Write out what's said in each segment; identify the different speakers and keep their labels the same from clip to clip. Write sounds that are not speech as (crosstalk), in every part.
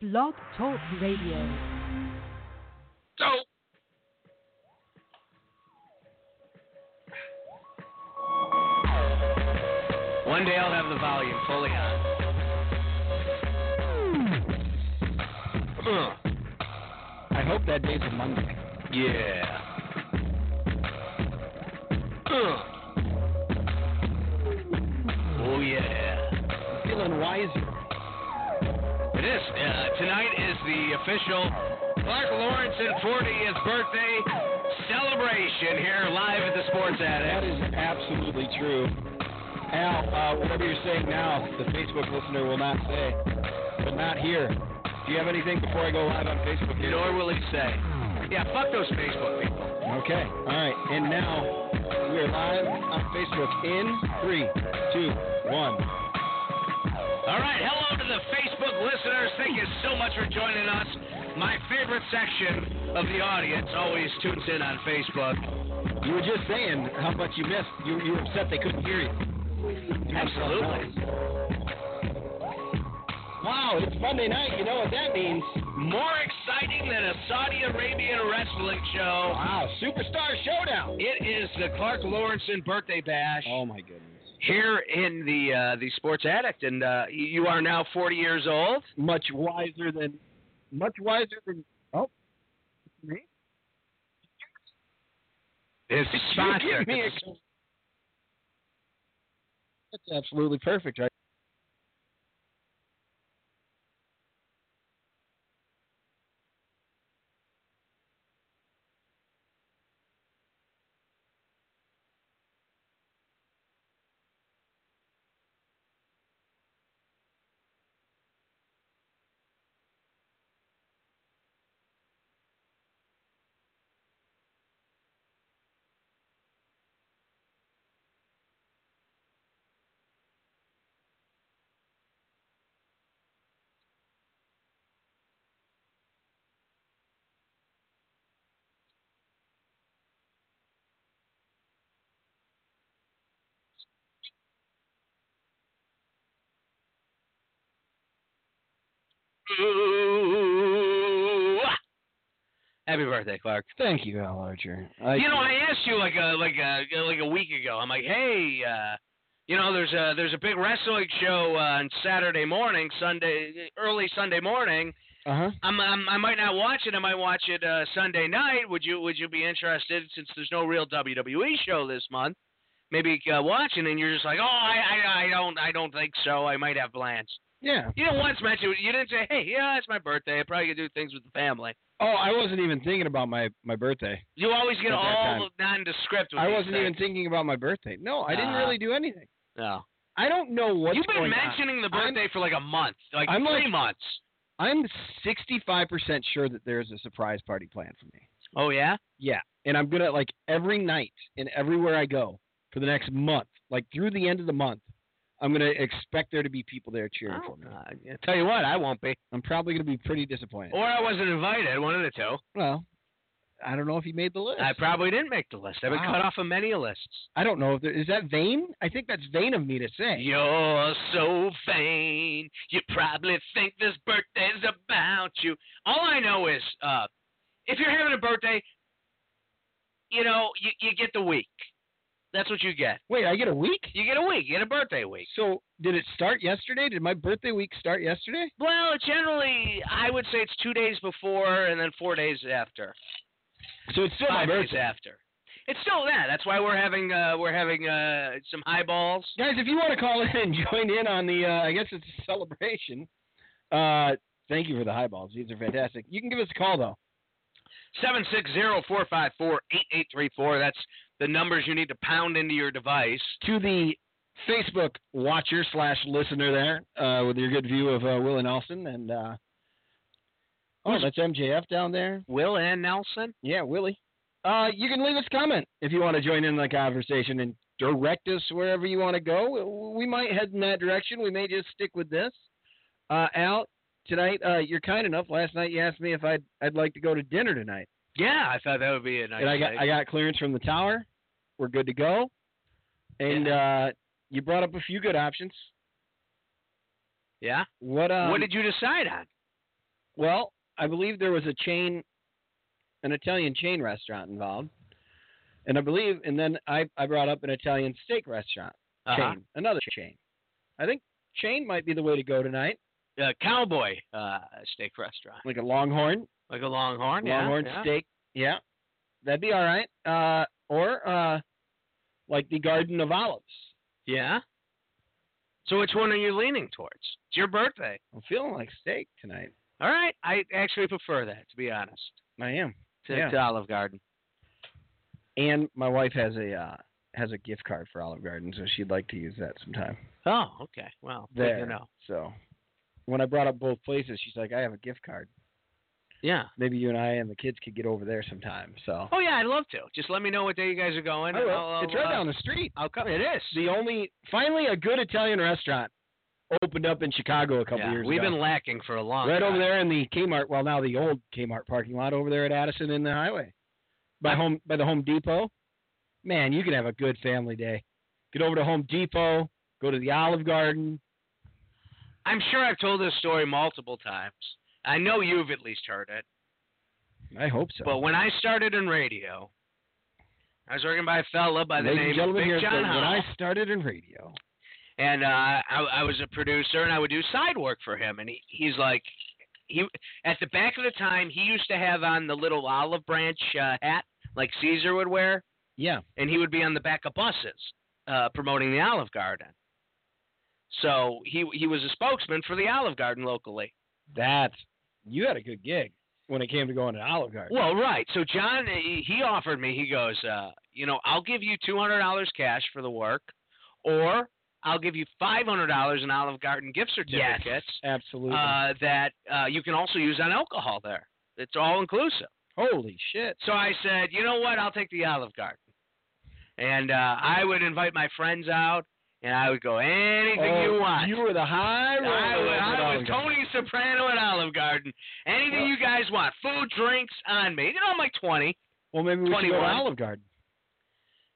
Speaker 1: Blog Talk Radio.
Speaker 2: dope. One day I'll have the volume fully on.
Speaker 3: I hope that day's a Monday.
Speaker 2: yeah. oh yeah.
Speaker 3: Feeling wiser.
Speaker 2: It is. Uh, tonight is the official Clark Lawrence and 40th birthday celebration here live at the Sports
Speaker 3: That
Speaker 2: Attic.
Speaker 3: is absolutely true. Al, uh, whatever you're saying now, the Facebook listener will not say, will not hear. Do you have anything before I go live on Facebook here?
Speaker 2: Nor will he say. Yeah, fuck those Facebook people.
Speaker 3: Okay. All right. And now we are live on Facebook in three, two, one.
Speaker 2: All right, hello to the Facebook listeners. Thank you so much for joining us. My favorite section of the audience always tunes in on Facebook.
Speaker 3: You were just saying how much you missed. You, you were upset they couldn't hear you.
Speaker 2: Absolutely.
Speaker 3: Wow, it's Monday night. You know what that means?
Speaker 2: More exciting than a Saudi Arabian wrestling show.
Speaker 3: Wow, Superstar Showdown.
Speaker 2: It is the Clark Lawrence birthday bash
Speaker 3: Oh my goodness.
Speaker 2: here in the uh, the Sports Addict, and uh, y- you are now 40 years old.
Speaker 3: Much wiser than, much wiser than. Oh, me?
Speaker 2: It's
Speaker 3: You give me a. That's absolutely perfect, right?
Speaker 2: Happy birthday, Clark.
Speaker 3: Thank you, Al Archer. I,
Speaker 2: you know, I asked you like a like a like a week ago. I'm like, hey, uh, you know, there's a there's a big wrestling show uh, on Saturday morning, Sunday early Sunday morning.
Speaker 3: Uh huh.
Speaker 2: I'm, I'm I might not watch it. I might watch it uh, Sunday night. Would you Would you be interested since there's no real WWE show this month? Maybe uh, watching, and you're just like, oh, I, I I don't I don't think so. I might have plans.
Speaker 3: Yeah.
Speaker 2: You didn't once mention it. You didn't say, hey, yeah, it's my birthday. I probably could do things with the family.
Speaker 3: Oh, I wasn't even thinking about my my birthday.
Speaker 2: You always get
Speaker 3: At that
Speaker 2: all nondescript. With
Speaker 3: I
Speaker 2: these
Speaker 3: wasn't
Speaker 2: things.
Speaker 3: even thinking about my birthday. No, I didn't
Speaker 2: Ah.
Speaker 3: really do anything.
Speaker 2: No.
Speaker 3: I don't know what's
Speaker 2: You've been
Speaker 3: going on.
Speaker 2: mentioning the
Speaker 3: I'm-
Speaker 2: birthday for like a month, like
Speaker 3: I'm
Speaker 2: three
Speaker 3: like-
Speaker 2: months.
Speaker 3: I'm 65% sure that there's a surprise party planned for me.
Speaker 2: Oh yeah,
Speaker 3: Yeah. And I'm going to, like, every night and everywhere I go for the next month, like through the end of the month, I'm going to expect there to be people there cheering for me.
Speaker 2: Oh, tell you what, I won't be.
Speaker 3: I'm probably going to be pretty disappointed.
Speaker 2: Or I wasn't invited. One of the two.
Speaker 3: well, I don't know if he made the list.
Speaker 2: I probably didn't make the list. I've been
Speaker 3: Wow.
Speaker 2: cut off of many lists.
Speaker 3: I don't know if there is that vain. I think that's vain of me to say.
Speaker 2: You're so vain. You probably think this birthday's about you. All I know is, uh, if you're having a birthday, you know, you, you get the week. That's what you get.
Speaker 3: Wait, I get a week?
Speaker 2: You get a week. You get a birthday week.
Speaker 3: So did it start yesterday? Did my birthday week start yesterday?
Speaker 2: Well, generally, I would say it's two days before and then four days after,
Speaker 3: So it's still my
Speaker 2: five days
Speaker 3: birthday.
Speaker 2: after. It's still that. That's why we're having uh, we're having uh, some highballs.
Speaker 3: Guys, if you want to call in and (laughs) join in on the, uh, I guess it's a celebration. Uh, thank you for the highballs. These are fantastic. You can give us a call though.
Speaker 2: Seven six zero four five four eight eight three four. That's the numbers you need to pound into your device.
Speaker 3: to the Facebook watcher slash listener there uh, with your good view of uh, Will and Nelson and uh, oh, that's MJF down there.
Speaker 2: Will and Nelson.
Speaker 3: Yeah, Willie. Uh, you can leave us a comment if you want to join in the conversation and direct us wherever you want to go. We might head in that direction. We may just stick with this. Uh, Al, tonight uh, you're kind enough. Last night you asked me if I'd I'd like to go to dinner tonight,
Speaker 2: Yeah, I thought that would be a nice.
Speaker 3: and I got
Speaker 2: thing.
Speaker 3: I got clearance from the tower. We're good to go, and uh, you brought up a few good options.
Speaker 2: yeah.
Speaker 3: What uh?
Speaker 2: what did you decide on?
Speaker 3: Well, I believe there was a chain, an Italian chain restaurant involved, and I believe, and then I I brought up an Italian steak restaurant
Speaker 2: Uh-huh.
Speaker 3: chain, another chain. I think chain might be the way to go tonight,
Speaker 2: Uh, cowboy uh, steak restaurant,
Speaker 3: like a Longhorn,
Speaker 2: like a Longhorn. yeah,
Speaker 3: Longhorn
Speaker 2: yeah.
Speaker 3: steak. Yeah, that'd be all right. Uh, or uh, like the Garden of Olives.
Speaker 2: Yeah. So which one are you leaning towards? It's your birthday.
Speaker 3: I'm feeling like steak tonight.
Speaker 2: All right. I actually prefer that, to be honest,
Speaker 3: I am.
Speaker 2: to,
Speaker 3: Yeah.
Speaker 2: to Olive Garden.
Speaker 3: And my wife has a uh, has a gift card for Olive Garden, so she'd like to use that sometime.
Speaker 2: Oh, okay. Well, good to
Speaker 3: There.
Speaker 2: know.
Speaker 3: So when I brought up both places, she's like, "I have a gift card.
Speaker 2: Yeah.
Speaker 3: Maybe you and I and the kids could get over there sometime." So
Speaker 2: Oh yeah, I'd love to. Just let me know what day you guys are going.
Speaker 3: I will.
Speaker 2: and I'll- I'll,
Speaker 3: it's right
Speaker 2: uh,
Speaker 3: down the street.
Speaker 2: I'll come. It is.
Speaker 3: It's the only finally a good Italian restaurant opened up in Chicago a couple
Speaker 2: yeah,
Speaker 3: years
Speaker 2: we've
Speaker 3: ago.
Speaker 2: been lacking for a long
Speaker 3: right
Speaker 2: time.
Speaker 3: over there in the Kmart, well now the old Kmart parking lot over there at Addison and the highway. By home by the Home Depot. Man, you can have a good family day. Get over to Home Depot, go to the Olive Garden.
Speaker 2: I'm sure I've told this story multiple times. I know you've at least heard it.
Speaker 3: I hope so.
Speaker 2: But when I started in radio, I was working by a fella by the
Speaker 3: Ladies and
Speaker 2: name of
Speaker 3: gentlemen,
Speaker 2: Big
Speaker 3: here's the-
Speaker 2: John
Speaker 3: when
Speaker 2: Howell.
Speaker 3: I started in radio.
Speaker 2: and uh, I, I was a producer, and I would do side work for him. And he, he's like, he at the back of the time, he used to have on the little olive branch uh, hat like Caesar would wear,
Speaker 3: Yeah.
Speaker 2: and he would be on the back of buses uh, promoting the Olive Garden. So he he was a spokesman for the Olive Garden locally.
Speaker 3: That's you had a good gig when it came to going to Olive Garden.
Speaker 2: Well, right. So John, he he offered me. He goes, uh, you know, I'll give you two hundred dollars cash for the work, or I'll give you five hundred dollars in Olive Garden gift certificates.
Speaker 3: absolutely.
Speaker 2: uh, that uh, you can also use on alcohol there. It's all inclusive.
Speaker 3: Holy shit!
Speaker 2: So I said, you know what? I'll take the Olive Garden. And uh, I would invite my friends out, and I would go anything
Speaker 3: Oh,
Speaker 2: you want.
Speaker 3: You were the high
Speaker 2: I
Speaker 3: roller.
Speaker 2: was,
Speaker 3: at
Speaker 2: I
Speaker 3: Olive
Speaker 2: was
Speaker 3: Garden.
Speaker 2: Tony Soprano at Olive Garden. Anything
Speaker 3: Well-
Speaker 2: you guys want, food, drinks, on me. You know, I'm like 20.
Speaker 3: Well, maybe we should go to
Speaker 2: 21.
Speaker 3: Olive Garden.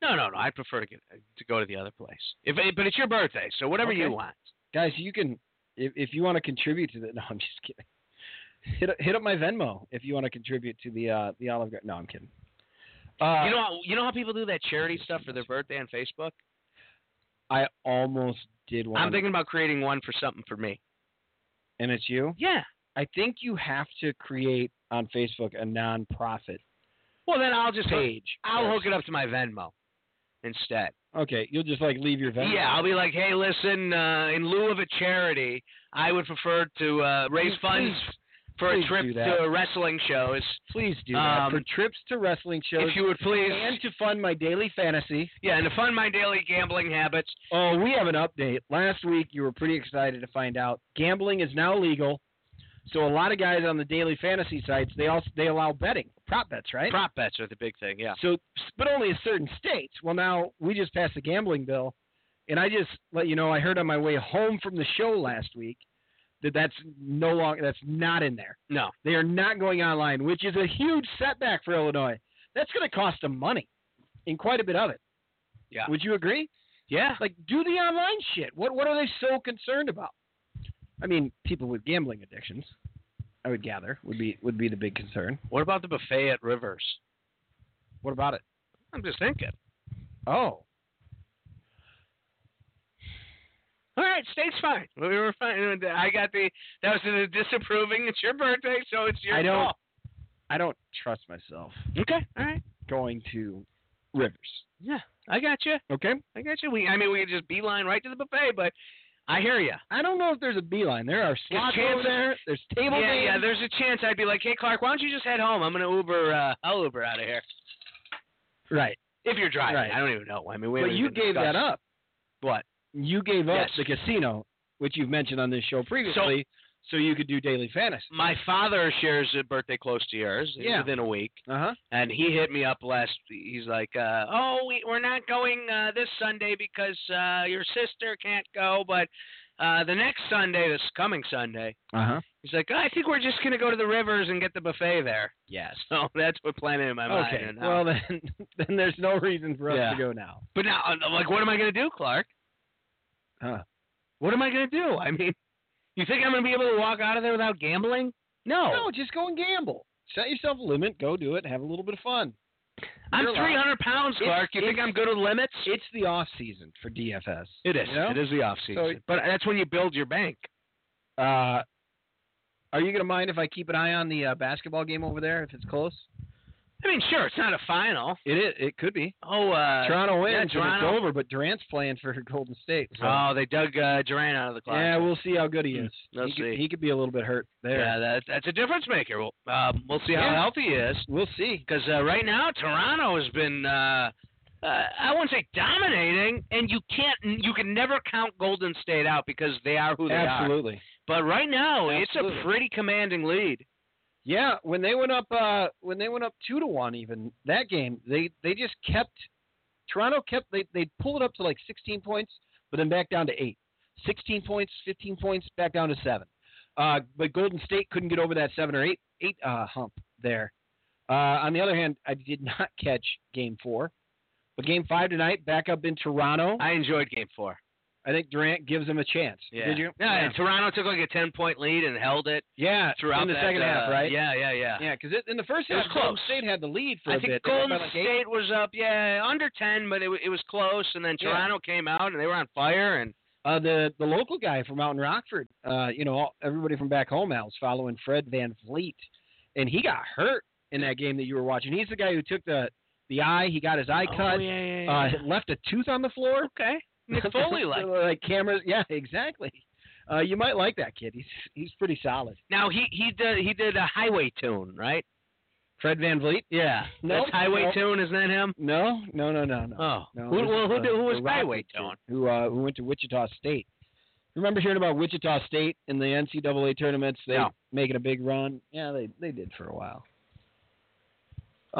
Speaker 2: No, no, no. I prefer to get to go to the other place. If but it's your birthday, so whatever you
Speaker 3: Okay.
Speaker 2: want.
Speaker 3: guys, you can if if you want to contribute to the. (laughs) No, I'm just kidding. Hit up- hit up my Venmo if you want to contribute to the uh, the Olive Garden. No, I'm kidding. Uh,
Speaker 2: you know, how- you know how people do that charity stuff for their birthday on Facebook.
Speaker 3: I almost did one.
Speaker 2: I'm thinking about creating one for something for me.
Speaker 3: and it's you.
Speaker 2: Yeah.
Speaker 3: I think you have to create on Facebook a nonprofit
Speaker 2: Well, then I'll just hook,
Speaker 3: page.
Speaker 2: I'll
Speaker 3: first.
Speaker 2: hook it up to my Venmo instead.
Speaker 3: Okay, you'll just like leave your Venmo.
Speaker 2: Yeah, I'll be like, hey, listen, uh, in lieu of a charity, I would prefer to uh, raise
Speaker 3: Please-
Speaker 2: funds
Speaker 3: please-
Speaker 2: for
Speaker 3: please
Speaker 2: a trip
Speaker 3: do that.
Speaker 2: to wrestling shows.
Speaker 3: Please do that
Speaker 2: Um,
Speaker 3: for trips to wrestling shows
Speaker 2: if you would please,
Speaker 3: and to fund my daily fantasy.
Speaker 2: yeah, and to fund my daily gambling habits.
Speaker 3: Oh, we have an update. Last week, you were pretty excited to find out gambling is now legal. So a lot of guys on the daily fantasy sites they also they allow betting, prop bets, right?
Speaker 2: Prop bets are the big thing. Yeah.
Speaker 3: So, but only in certain states. Well, now we just passed the gambling bill, and I just let you know I heard on my way home from the show last week that that's no longer that's not in there.
Speaker 2: No.
Speaker 3: They are not going online, which is a huge setback for Illinois. That's going to cost them money, and quite a bit of it.
Speaker 2: Yeah.
Speaker 3: Would you agree?
Speaker 2: Yeah.
Speaker 3: Like, do the online shit. What What are they so concerned about? I mean, people with gambling addictions, I would gather, would be would be the big concern.
Speaker 2: What about the buffet at Rivers?
Speaker 3: What about it?
Speaker 2: I'm just thinking.
Speaker 3: Oh,
Speaker 2: All right, state's fine. We were fine. I got the that was the disapproving. It's your birthday, so it's your
Speaker 3: I don't-
Speaker 2: call.
Speaker 3: I don't trust myself
Speaker 2: Okay. All right.
Speaker 3: going to Rivers.
Speaker 2: Yeah. I got you.
Speaker 3: Okay.
Speaker 2: I got you. We, I mean, we could just beeline right to the buffet, but I hear you.
Speaker 3: I don't know if there's a beeline. There are slots
Speaker 2: chance-
Speaker 3: over there. There's table
Speaker 2: Yeah, yeah.
Speaker 3: games.
Speaker 2: There's a chance I'd be like, hey, Clark, why don't you just head home? I'm gonna Uber. Uh, I'll Uber out of here
Speaker 3: right.
Speaker 2: if you're driving.
Speaker 3: Right.
Speaker 2: I don't even know. I mean, we.
Speaker 3: But
Speaker 2: haven't
Speaker 3: you
Speaker 2: even
Speaker 3: gave
Speaker 2: discussed
Speaker 3: that up.
Speaker 2: What?
Speaker 3: You gave up
Speaker 2: Yes.
Speaker 3: the casino, which you've mentioned on this show previously, so, you could do daily fantasy.
Speaker 2: My father shares a birthday close to yours,
Speaker 3: Yeah.
Speaker 2: within a week,
Speaker 3: Uh huh.
Speaker 2: and he hit me up last. He's like, uh, "Oh, we, we're not going uh, this Sunday because uh, your sister can't go, but uh, the next Sunday, this coming Sunday,
Speaker 3: Uh huh.
Speaker 2: he's like, I think we're just gonna go to the Rivers and get the buffet there."
Speaker 3: Yes.
Speaker 2: (laughs) So that's what planted in my mind.
Speaker 3: Okay.
Speaker 2: and, uh,
Speaker 3: Well, then, (laughs) then there's no reason for us
Speaker 2: Yeah.
Speaker 3: to go now.
Speaker 2: but now, I'm like, what am I going to do, Clark?
Speaker 3: Huh.
Speaker 2: What am I going to do? I mean, you think I'm going to be able to walk out of there without gambling?
Speaker 3: No. No, just go and gamble. Set yourself a limit. Go do it. Have a little bit of fun.
Speaker 2: I'm
Speaker 3: You're
Speaker 2: 300 pounds,
Speaker 3: It's-
Speaker 2: Clark. You think
Speaker 3: it's-
Speaker 2: I'm good with limits?
Speaker 3: It's the off season for DFS.
Speaker 2: It is.
Speaker 3: You know?
Speaker 2: It is the off season, but that's when you build your bank.
Speaker 3: Uh, are you gonna mind if I keep an eye on the uh, basketball game over there if it's close?
Speaker 2: I mean, sure, it's not a final.
Speaker 3: It is. It could be.
Speaker 2: Oh, uh,
Speaker 3: Toronto wins.
Speaker 2: yeah,
Speaker 3: and
Speaker 2: Toronto.
Speaker 3: It's over, but Durant's playing for (laughs) Golden State. So.
Speaker 2: oh, they dug uh, Durant out of the closet.
Speaker 3: yeah, we'll see how good he is.
Speaker 2: Let's
Speaker 3: he, Could,
Speaker 2: see.
Speaker 3: he could be a little bit hurt there.
Speaker 2: Yeah, that, that's a difference maker. We'll uh, we'll see how
Speaker 3: Yeah.
Speaker 2: healthy he is.
Speaker 3: We'll see.
Speaker 2: Because uh, right now Toronto has been, uh, uh, I wouldn't say dominating, and you can't, you can never count Golden State out because they are who they are.
Speaker 3: Absolutely.
Speaker 2: But right now, it's
Speaker 3: Absolutely.
Speaker 2: a pretty commanding lead.
Speaker 3: Yeah, when they went up, uh, when they went up two to one, even that game, they they just kept Toronto kept they they pulled it up to like 16 points, but then back down to eight. 16 points, 15 points, back down to seven. Uh, but Golden State couldn't get over that seven or eight eight uh, hump there. Uh, on the other hand, I did (laughs) not catch Game Four, but Game Five tonight, back up in Toronto. I,
Speaker 2: I enjoyed Game Four.
Speaker 3: think Durant gives them a chance.
Speaker 2: Yeah.
Speaker 3: Did you?
Speaker 2: Yeah, and Toronto took like a ten point lead and held it
Speaker 3: yeah.
Speaker 2: throughout
Speaker 3: in the
Speaker 2: that,
Speaker 3: second
Speaker 2: uh,
Speaker 3: half, right?
Speaker 2: Yeah, yeah, yeah.
Speaker 3: Yeah, because in the first
Speaker 2: It was
Speaker 3: half, Golden
Speaker 2: close.
Speaker 3: State had the lead for a
Speaker 2: I think
Speaker 3: bit. They went
Speaker 2: Golden
Speaker 3: by like eight.
Speaker 2: State was up, yeah, under ten, but it, wa- it was close. And then
Speaker 3: Yeah.
Speaker 2: Toronto came out and they were on fire. And
Speaker 3: Uh, the the local guy from out in Rockford, uh, you know, all, everybody from back home out was following Fred Van Vliet, and he got hurt in that game that you were watching. He's the guy who took the the eye. He got his eye
Speaker 2: Oh,
Speaker 3: cut.
Speaker 2: yeah, yeah, yeah.
Speaker 3: Uh, left a tooth on the floor. (laughs)
Speaker 2: okay, Nick Foley like.
Speaker 3: like cameras. Yeah, (laughs) exactly. Uh, you might like that kid. He's he's pretty solid.
Speaker 2: Now he he did he did a highway tune, right?
Speaker 3: Fred Van Vliet.
Speaker 2: Yeah.
Speaker 3: No,
Speaker 2: That's highway
Speaker 3: no.
Speaker 2: tune, isn't that him?
Speaker 3: No, no, no, no, no.
Speaker 2: Oh.
Speaker 3: No,
Speaker 2: who
Speaker 3: this
Speaker 2: well,
Speaker 3: is
Speaker 2: who,
Speaker 3: the-
Speaker 2: did- who was
Speaker 3: the
Speaker 2: highway
Speaker 3: Rockets
Speaker 2: tune?
Speaker 3: Who uh, who went to Wichita State? Remember hearing about Wichita State in the NCAA tournaments? They
Speaker 2: No.
Speaker 3: making a big run. Yeah, they they did for a while.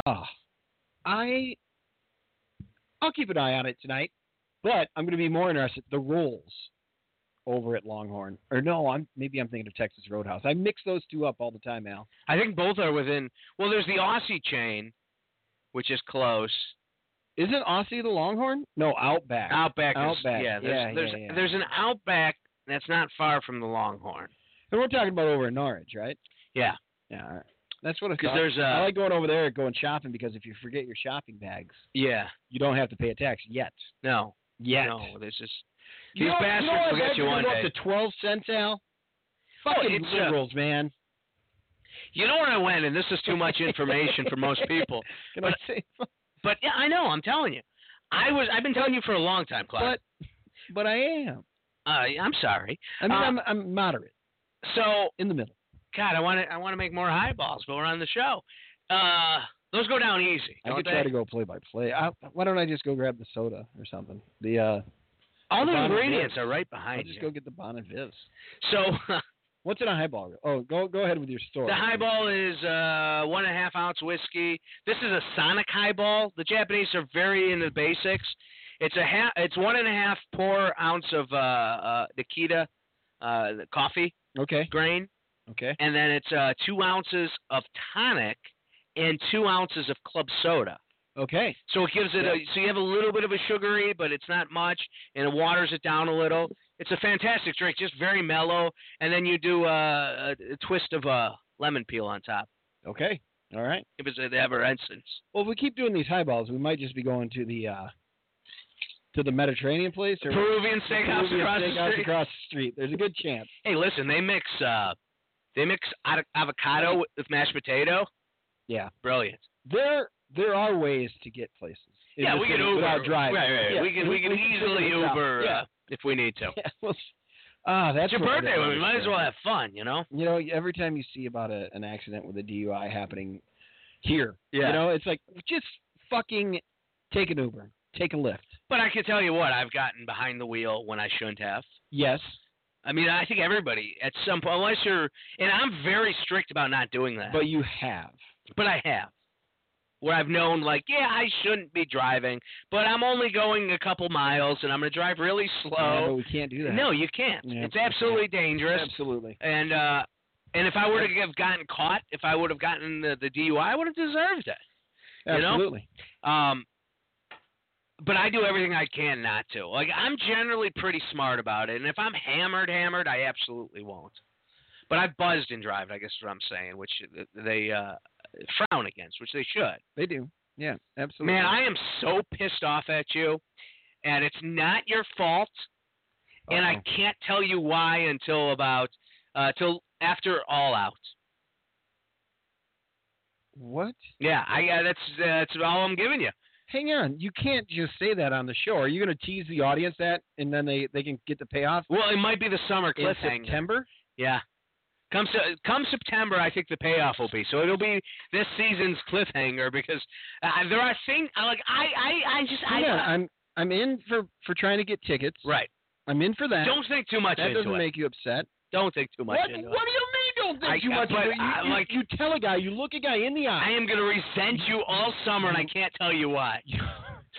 Speaker 3: Oh, I I'll keep an eye on it tonight, but I'm going to be more interested the rolls over at Longhorn. Or no, I'm maybe I'm thinking of Texas Roadhouse. I mix those two up all the time, Al.
Speaker 2: I think both are within. Well, there's the Aussie chain, which is close.
Speaker 3: Isn't Aussie the Longhorn? No, Outback.
Speaker 2: Outback. is-
Speaker 3: Outback,
Speaker 2: Yeah. There's
Speaker 3: yeah,
Speaker 2: there's,
Speaker 3: yeah, yeah.
Speaker 2: there's an Outback that's not far from the Longhorn.
Speaker 3: and we're talking about over in Norwich, right?
Speaker 2: Yeah.
Speaker 3: Yeah, all right. that's what I
Speaker 2: Because
Speaker 3: thought.
Speaker 2: there's
Speaker 3: I
Speaker 2: a
Speaker 3: like going over there and going shopping because if you forget your shopping bags,
Speaker 2: yeah.
Speaker 3: you don't have to pay a tax yet.
Speaker 2: No.
Speaker 3: Yet.
Speaker 2: No. There's just
Speaker 3: You
Speaker 2: These
Speaker 3: know-
Speaker 2: bastards
Speaker 3: you know
Speaker 2: will
Speaker 3: I
Speaker 2: get
Speaker 3: bet
Speaker 2: you one
Speaker 3: go
Speaker 2: day.
Speaker 3: up to twelve cents, Al. Fucking
Speaker 2: it's, uh,
Speaker 3: liberals, man.
Speaker 2: you know where I went, and this is too much information for most people.
Speaker 3: (laughs) Can
Speaker 2: but-
Speaker 3: I say?
Speaker 2: But yeah, I know. I'm telling you. I was I've been telling you for a long time, Clark.
Speaker 3: But, but I am.
Speaker 2: uh, I'm sorry.
Speaker 3: I mean,
Speaker 2: Uh,
Speaker 3: I'm I'm moderate
Speaker 2: So
Speaker 3: in the middle.
Speaker 2: God, I want to I want to make more highballs, but we're on the show. Uh, those go down easy,
Speaker 3: I could
Speaker 2: don't
Speaker 3: try
Speaker 2: they?
Speaker 3: to go play by play. I, why don't I just go grab the soda or something? The uh,
Speaker 2: All the
Speaker 3: Bonnet
Speaker 2: ingredients
Speaker 3: Ribs.
Speaker 2: are right
Speaker 3: I'll
Speaker 2: behind
Speaker 3: just
Speaker 2: you.
Speaker 3: go get the Bon and Vivs.
Speaker 2: So (laughs)
Speaker 3: What's in a highball? Oh, go go ahead with your story.
Speaker 2: the highball is uh, one and a half ounce whiskey. This is a sonic highball. The Japanese are very into the basics. It's a half, it's one and a half pour ounce of uh, uh, Nikita uh, the coffee
Speaker 3: Okay.
Speaker 2: grain,
Speaker 3: Okay.
Speaker 2: and then it's uh, two ounces of tonic and two ounces of club soda.
Speaker 3: Okay.
Speaker 2: So it gives it a so you have a little bit of a sugary, but it's not much, and it waters it down a little. It's a fantastic drink, just very mellow, and then you do a, a, a twist of uh, lemon peel on top.
Speaker 3: Okay. All right.
Speaker 2: If it's an ever instance,
Speaker 3: Well, if we keep doing these highballs, we might just be going to the uh, to the Mediterranean place or
Speaker 2: Peruvian steakhouse across
Speaker 3: Peruvian
Speaker 2: the
Speaker 3: steakhouse
Speaker 2: street.
Speaker 3: across the street. There's a good chance.
Speaker 2: Hey, listen, they mix uh, they mix ad- avocado with, with mashed potato.
Speaker 3: Yeah,
Speaker 2: Brilliant.
Speaker 3: there there are ways to get places. It's
Speaker 2: yeah,
Speaker 3: just
Speaker 2: we can
Speaker 3: that
Speaker 2: Uber.
Speaker 3: without driving.
Speaker 2: Right, right. right.
Speaker 3: Yeah,
Speaker 2: we can we, can
Speaker 3: figure
Speaker 2: easily
Speaker 3: this out.
Speaker 2: Uber (laughs)
Speaker 3: Yeah.
Speaker 2: uh, if we need to.
Speaker 3: yeah, well, ah, that's
Speaker 2: It's your
Speaker 3: what I
Speaker 2: birthday.
Speaker 3: don't
Speaker 2: We might as well
Speaker 3: understand.
Speaker 2: have fun, you know.
Speaker 3: You know, every time you see about a, an accident with a DUI happening here,
Speaker 2: Yeah.
Speaker 3: you know, it's like just fucking take an Uber, take a Lyft.
Speaker 2: But I can tell you what, I've gotten behind the wheel when I shouldn't have.
Speaker 3: Yes.
Speaker 2: I mean, I think everybody at some point, unless you're, and I'm very strict about not doing that.
Speaker 3: But you have.
Speaker 2: but I have, where I've known like, yeah, I shouldn't be driving, but I'm only going a couple miles, and I'm gonna drive really
Speaker 3: Yeah, but
Speaker 2: slow.
Speaker 3: we can't do that.
Speaker 2: no, you can't.
Speaker 3: Yeah,
Speaker 2: it's
Speaker 3: you can't.
Speaker 2: absolutely dangerous.
Speaker 3: Absolutely.
Speaker 2: And uh, and if I were to have gotten caught, if I would have gotten the, the DUI, I would have deserved it. You know?
Speaker 3: Absolutely.
Speaker 2: Um, but I do everything I can not to. Like I'm generally pretty smart about it, and if I'm hammered, hammered, I absolutely won't. But I've buzzed and drive, I guess is what I'm saying, which they uh, frown against, which they should.
Speaker 3: They do. Yeah, absolutely.
Speaker 2: Man, I am so pissed off at you, and it's not your fault. And I
Speaker 3: Uh-oh.
Speaker 2: can't tell you why until about uh, till after All Out.
Speaker 3: what?
Speaker 2: Yeah, I uh, that's that's all I'm giving you.
Speaker 3: Hang on, you can't just say that on the show. Are you going to tease the audience that, and then they they can get the payoff
Speaker 2: Well, it might be the summer
Speaker 3: in
Speaker 2: cliffhanger.
Speaker 3: September?
Speaker 2: Yeah. Come se- come September, I think the payoff will be. So it'll be this season's cliffhanger because uh, there are things like I I I just I
Speaker 3: Hang on, I'm I'm in for for trying to get tickets.
Speaker 2: right.
Speaker 3: I'm in for that.
Speaker 2: Don't think too much
Speaker 3: that
Speaker 2: into
Speaker 3: doesn't
Speaker 2: it.
Speaker 3: make you upset.
Speaker 2: Don't think too much
Speaker 3: what?
Speaker 2: into
Speaker 3: what
Speaker 2: it.
Speaker 3: do you mean? Don't think
Speaker 2: I-
Speaker 3: too much.
Speaker 2: but
Speaker 3: into it? you,
Speaker 2: I
Speaker 3: you-
Speaker 2: like-
Speaker 3: you tell a guy, you look a guy in the
Speaker 2: I
Speaker 3: eye.
Speaker 2: am gonna resent you all summer, and I can't tell you why.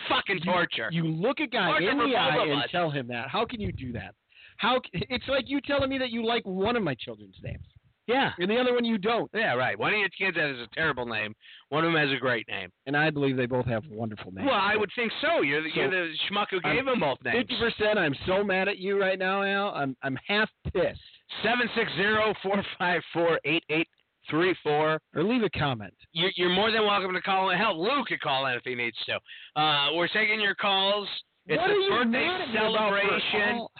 Speaker 2: Fucking
Speaker 3: You-
Speaker 2: torture.
Speaker 3: You look a guy
Speaker 2: Torture
Speaker 3: in
Speaker 2: for
Speaker 3: the
Speaker 2: both
Speaker 3: eye
Speaker 2: of
Speaker 3: and
Speaker 2: us.
Speaker 3: tell him that. How can you do that? How c- it's like you telling me that you like one of my children's names
Speaker 2: yeah.
Speaker 3: and the other one you don't.
Speaker 2: Yeah, right. One of your kids has a terrible name. One of them has a great name.
Speaker 3: And I believe they both have wonderful names.
Speaker 2: Well, I would think so. You're the,
Speaker 3: So,
Speaker 2: you're the schmuck who
Speaker 3: I'm
Speaker 2: gave them both names.
Speaker 3: Fifty percent. I'm so mad at you right now, Al. I'm I'm half pissed.
Speaker 2: Seven six zero four five four eight eight three four.
Speaker 3: Or leave a comment.
Speaker 2: you're, you're more than welcome to call in. Hell, Lou could call in if he needs to. Uh, we're taking your calls. It's
Speaker 3: what
Speaker 2: a
Speaker 3: are you
Speaker 2: birthday
Speaker 3: mad at me about for
Speaker 2: celebration.
Speaker 3: all-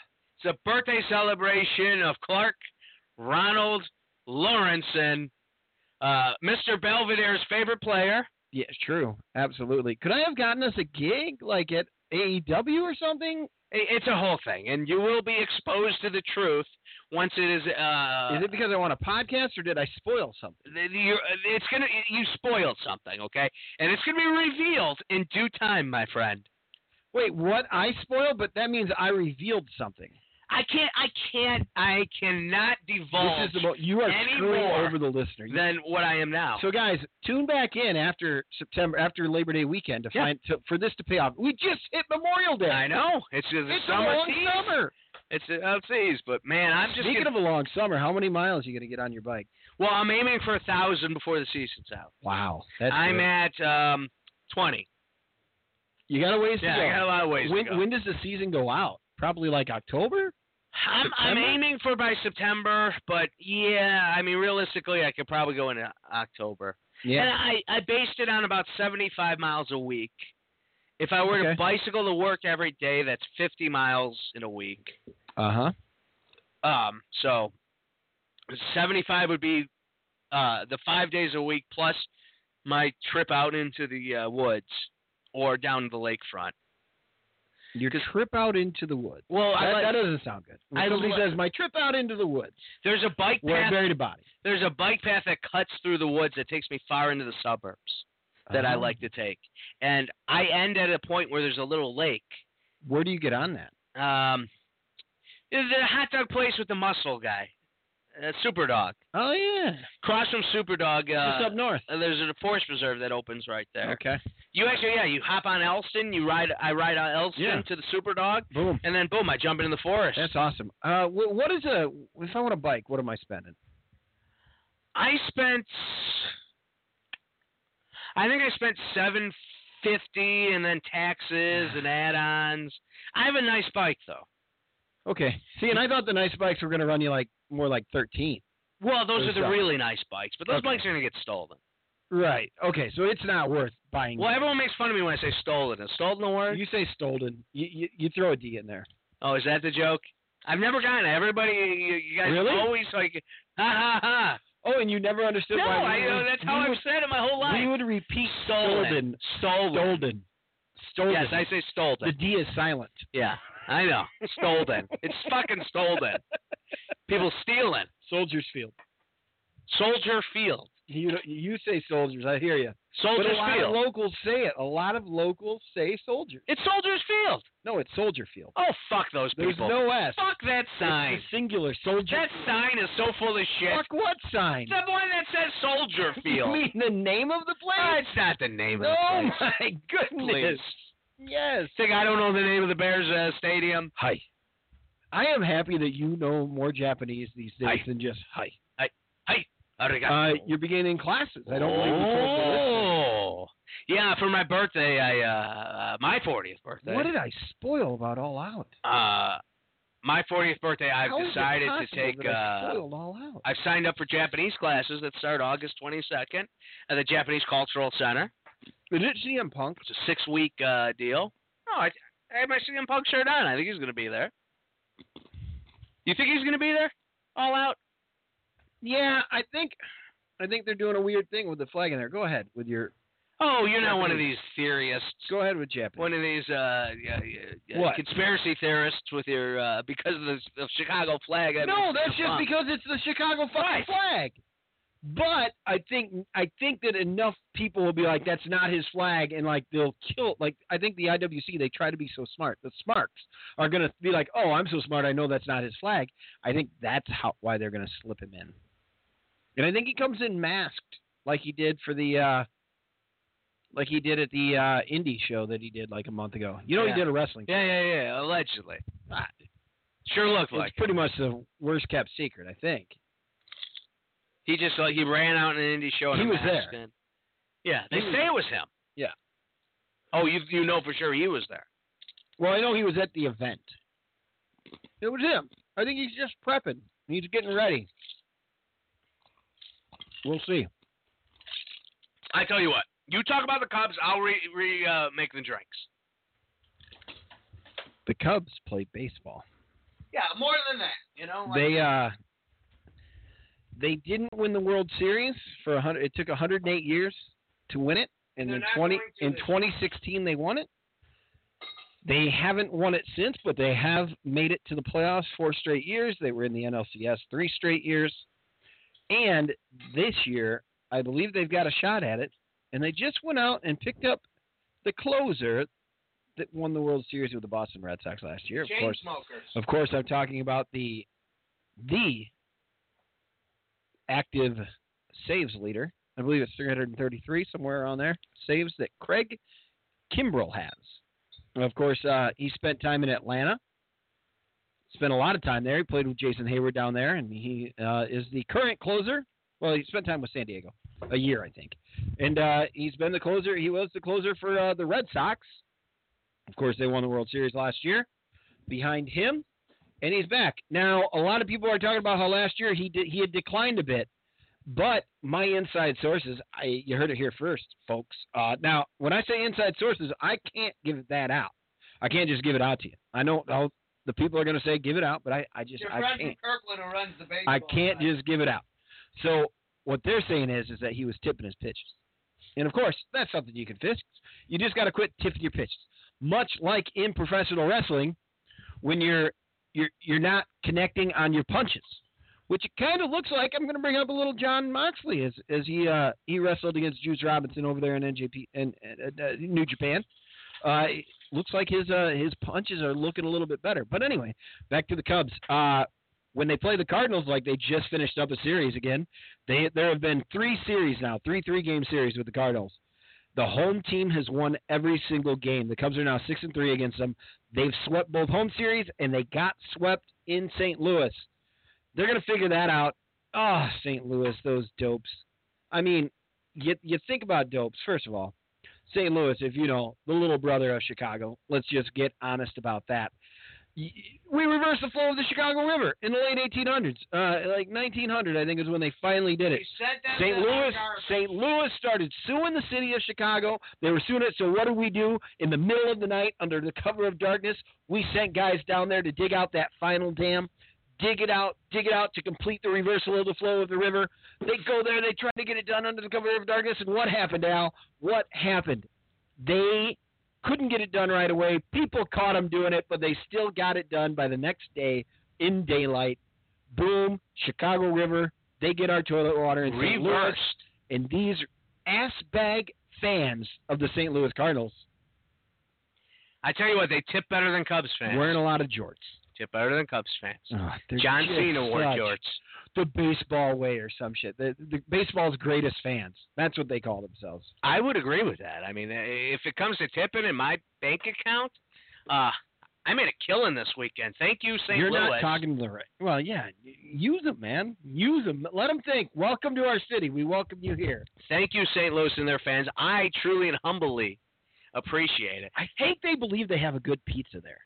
Speaker 2: It's a birthday celebration of Clark Ronald Lawrenson, uh, Mr. Belvedere's favorite player.
Speaker 3: Yeah, true. Absolutely. Could I have gotten us a gig like at AEW or something?
Speaker 2: I- It's a whole thing, and you will be exposed to the truth once it is. Uh,
Speaker 3: Is it because I want a podcast or did I spoil something?
Speaker 2: th- you're, it's gonna you spoiled something, okay? And it's gonna be revealed in due time, my friend.
Speaker 3: Wait, what? I spoiled, but that means I revealed something.
Speaker 2: I can't. I can't. I cannot
Speaker 3: This
Speaker 2: divulge
Speaker 3: is the mo- you are screwing
Speaker 2: anymore
Speaker 3: over the listener. You-
Speaker 2: than what I am now.
Speaker 3: So guys, tune back in after September, after Labor Day weekend to
Speaker 2: Yeah.
Speaker 3: find to, for this to pay off. We just hit Memorial Day.
Speaker 2: I know it's just a
Speaker 3: It's a
Speaker 2: summer
Speaker 3: long
Speaker 2: tease.
Speaker 3: summer.
Speaker 2: It's a uh, tease, but man, I'm just
Speaker 3: Speaking
Speaker 2: getting-
Speaker 3: of a long summer, how many miles are you going to get on your bike?
Speaker 2: well. I'm aiming for a thousand before the season's out.
Speaker 3: Wow, that's
Speaker 2: I'm
Speaker 3: good.
Speaker 2: at um twenty.
Speaker 3: you got a ways
Speaker 2: Yeah,
Speaker 3: to go.
Speaker 2: I got a lot of ways
Speaker 3: when
Speaker 2: to go.
Speaker 3: when does the season go out? Probably like October.
Speaker 2: I'm, I'm
Speaker 3: September?
Speaker 2: aiming for by September, but yeah, I mean realistically, I could probably go into October. And I I based it on about 75 miles a week. If I were
Speaker 3: Okay.
Speaker 2: to bicycle to work every day, that's 50 miles in a week.
Speaker 3: Uh
Speaker 2: Uh-huh.
Speaker 3: huh.
Speaker 2: Um, so 75 would be uh, the five days a week plus my trip out into the uh, woods or down to the lakefront.
Speaker 3: Your trip out into the woods.
Speaker 2: Well, I
Speaker 3: that,
Speaker 2: like,
Speaker 3: that doesn't sound good. When
Speaker 2: I
Speaker 3: somebody
Speaker 2: li-
Speaker 3: says my trip out into the woods
Speaker 2: there's a bike
Speaker 3: where I
Speaker 2: path.
Speaker 3: buried a body
Speaker 2: There's a bike path that cuts through the woods that takes me far into the suburbs that I
Speaker 3: Uh-huh.
Speaker 2: like to take, and I end at a point where there's a little lake.
Speaker 3: Where do you get on that?
Speaker 2: Um, the hot dog place with the muscle guy, uh, Super Dog.
Speaker 3: Oh yeah,
Speaker 2: Across from Super Dog, uh,
Speaker 3: just up north.
Speaker 2: uh, there's a forest preserve that opens right there.
Speaker 3: Okay.
Speaker 2: You actually, yeah, you hop on Elston, you ride, I ride on Elston
Speaker 3: Yeah.
Speaker 2: to the Superdog,
Speaker 3: Boom.
Speaker 2: and then boom, I jump into the forest.
Speaker 3: That's awesome. Uh, wh- what is a if I want a bike? What am I spending?
Speaker 2: I spent, I think I spent seven fifty, and then taxes
Speaker 3: (sighs)
Speaker 2: and add-ons. I have a nice bike though.
Speaker 3: Okay. See, and I thought the nice bikes were going to run you like more like thirteen.
Speaker 2: Well, those
Speaker 3: Those
Speaker 2: are the
Speaker 3: suck.
Speaker 2: really nice bikes, but those
Speaker 3: Okay.
Speaker 2: bikes are gonna get stolen.
Speaker 3: Right. Okay. So it's not worth buying.
Speaker 2: Well, everyone makes fun of me when I say stolen. Is stolen a word?
Speaker 3: You say stolen. You, you you throw a D in there.
Speaker 2: oh, is that the joke? I've never gotten it. Everybody, you, you guys
Speaker 3: Really?
Speaker 2: always like, ha ha ha.
Speaker 3: Oh, and you never understood
Speaker 2: No,
Speaker 3: why. we
Speaker 2: I,
Speaker 3: would-
Speaker 2: uh, that's how
Speaker 3: we
Speaker 2: I've
Speaker 3: would-
Speaker 2: said it my whole life.
Speaker 3: We would repeat
Speaker 2: Stolen. Stolen.
Speaker 3: Stolen. Stolen.
Speaker 2: Yes, I say
Speaker 3: the
Speaker 2: stolen.
Speaker 3: D is silent.
Speaker 2: yeah, I know. Stolen. It's fucking stolen. People stealing.
Speaker 3: Soldiers Field.
Speaker 2: Soldier Field.
Speaker 3: You you say soldiers. I hear you. But
Speaker 2: Soldier
Speaker 3: a lot
Speaker 2: Field.
Speaker 3: of locals say it. A lot of locals say soldier.
Speaker 2: it's Soldier's Field.
Speaker 3: No, it's Soldier Field.
Speaker 2: Oh, fuck those
Speaker 3: There's
Speaker 2: people.
Speaker 3: no S.
Speaker 2: fuck that sign.
Speaker 3: It's the singular soldier.
Speaker 2: That sign is so full of shit.
Speaker 3: Fuck what sign?
Speaker 2: It's the one that says Soldier
Speaker 3: (laughs) You
Speaker 2: Field.
Speaker 3: mean the name of the
Speaker 2: Ah,
Speaker 3: place?
Speaker 2: it's not the name of
Speaker 3: oh
Speaker 2: the place.
Speaker 3: my goodness.
Speaker 2: Please.
Speaker 3: Yes.
Speaker 2: Think I don't know the name of the Bears uh, stadium?
Speaker 3: Hi. I am happy that you know more Japanese these days
Speaker 2: Hi.
Speaker 3: than just hi. Uh,
Speaker 2: Arigato.
Speaker 3: you're beginning classes. I don't believe you told the listeners.
Speaker 2: Oh. Yeah, for my birthday, I uh, uh my 40th birthday.
Speaker 3: What did I spoil about All Out?
Speaker 2: uh my 40th birthday, I've
Speaker 3: How is it
Speaker 2: decided to
Speaker 3: possible
Speaker 2: take.
Speaker 3: that I
Speaker 2: uh,
Speaker 3: spoiled all out?
Speaker 2: I've signed up for Japanese classes that start August 22nd at the Japanese Cultural Center.
Speaker 3: Is it CM Punk?
Speaker 2: It's a six week uh, deal. No, I, I have my CM Punk shirt on. I think he's going to be there. You think he's going to be there? All out?
Speaker 3: Yeah, I think I think they're doing a weird thing with the flag in there. Go ahead with your
Speaker 2: Oh, you're not one of these theorists.
Speaker 3: go ahead with Japanese.
Speaker 2: One of these uh, yeah, yeah,
Speaker 3: What?
Speaker 2: conspiracy theorists with your uh, (laughs) because of the, the Chicago flag. I
Speaker 3: No,
Speaker 2: mean,
Speaker 3: that's just
Speaker 2: Punk.
Speaker 3: because it's the Chicago fucking
Speaker 2: Right.
Speaker 3: flag. But I think I think that enough people will be like, that's not his flag, and like they'll kill. Like I think the IWC they try to be so smart. The smarts are gonna be like, oh, I'm so smart, I know that's not his flag. I think that's how why they're gonna slip him in. And I think he comes in masked, like he did for the, uh like he did at the uh indie show that he did like a month ago. You know
Speaker 2: Yeah.
Speaker 3: he did a wrestling.
Speaker 2: Yeah, yeah, yeah. Allegedly.
Speaker 3: Ah,
Speaker 2: Sure looked
Speaker 3: It's
Speaker 2: like it.
Speaker 3: pretty much the worst kept secret, I think.
Speaker 2: He just like he ran out in an indie show. And
Speaker 3: He
Speaker 2: a
Speaker 3: was
Speaker 2: mask
Speaker 3: there.
Speaker 2: and- yeah, they
Speaker 3: He was-
Speaker 2: say it was him.
Speaker 3: Yeah.
Speaker 2: Oh, you you know for sure he was there.
Speaker 3: Well, I know he was at the event. It was him. I think he's just prepping. He's getting ready. We'll see.
Speaker 2: I tell you what, you talk about the Cubs, I'll re, re uh, make the drinks.
Speaker 3: The Cubs played baseball.
Speaker 2: Yeah, more than that, you know.
Speaker 3: They uh they didn't win the World Series for a 100 it took 108 years to win it and
Speaker 2: They're
Speaker 3: in
Speaker 2: not
Speaker 3: 20
Speaker 2: going to
Speaker 3: in
Speaker 2: this
Speaker 3: 2016 they won it. They haven't won it since, but they have made it to the playoffs four straight years. They were in the NLCS three straight years. And this year, I believe they've got a shot at it. And they just went out and picked up the closer that won the World Series with the Boston Red Sox last year. Of course,
Speaker 2: smokers.
Speaker 3: of course, I'm talking about the the active saves leader. I believe it's 333 somewhere around there. Saves that Craig Kimbrell has. And of course, uh, he spent time in Atlanta. Spent a lot of time there. He played with Jason Hayward down there, and he uh, is the current closer. Well, he spent time with San Diego, a year I think, and uh, he's been the closer. He was the closer for uh, the Red Sox. Of course, they won the World Series last year behind him, and he's back. Now, a lot of people are talking about how last year he did, he had declined a bit, but my inside sources, I you heard it here first, folks. Uh, now, when I say inside sources, I can't give that out. I can't just give it out to you. I know I'll, the people are going to say give it out, but I, I just I can't.
Speaker 2: Kirkland who runs the baseball.
Speaker 3: I can't just give it out. So what they're saying is is that he was tipping his pitches. And of course, that's something you can fix. You just got to quit tipping your pitches. Much like in professional wrestling, when you're you're you're not connecting on your punches, which it kind of looks like. I'm going to bring up a little John Moxley as as he uh, he wrestled against Juice Robinson over there in NJP and uh, uh, New Japan. Uh, it looks like his uh, his punches are looking a little bit better. But anyway, back to the Cubs. Uh, when they play the Cardinals, like they just finished up a series again. They there have been three series now, three three game series with the Cardinals. The home team has won every single game. The Cubs are now six and three against them. They've swept both home series and they got swept in St. Louis. They're gonna figure that out. Ah, St. Louis, those dopes. I mean, you you think about dopes first of all. St. Louis, if you know the little brother of Chicago. Let's just get honest about that we reversed the flow of the Chicago River in the late 1800s. Uh, like 1900, I think, is when they finally did it. St. Louis, St. Louis started suing the city of Chicago. They were suing it. So what did we do in the middle of the night, under the cover of darkness? We sent guys down there to dig out that final dam, dig it out, dig it out to complete the reversal of the flow of the river. They go there. They try to get it done under the cover of darkness. And what happened, Al? What happened? They couldn't get it done right away. People caught them doing it, but they still got it done by the next day in daylight. Boom, Chicago River. They get our toilet water in St. Louis,
Speaker 2: reversed.
Speaker 3: and these ass bag fans of the St. Louis Cardinals
Speaker 2: I tell you what, they tip better than Cubs fans.
Speaker 3: wearing a lot of jorts.
Speaker 2: tip better than Cubs fans.
Speaker 3: Ugh, Ah, they're
Speaker 2: John
Speaker 3: just
Speaker 2: Cena wore
Speaker 3: such
Speaker 2: jorts.
Speaker 3: The baseball way or some shit. The, the baseball's greatest fans. That's what they call themselves.
Speaker 2: I would agree with that. I mean, eh, if it comes to tipping in my bank account, uh, I made a killing this weekend. Thank you, saint
Speaker 3: You're
Speaker 2: Louis.
Speaker 3: not talking to the right. Well, yeah, y- use them, man. Use them. Let them think. Welcome to our city. We welcome you here.
Speaker 2: Thank you, St. Louis and their fans. I truly and humbly appreciate it.
Speaker 3: I think they believe they have a good pizza there.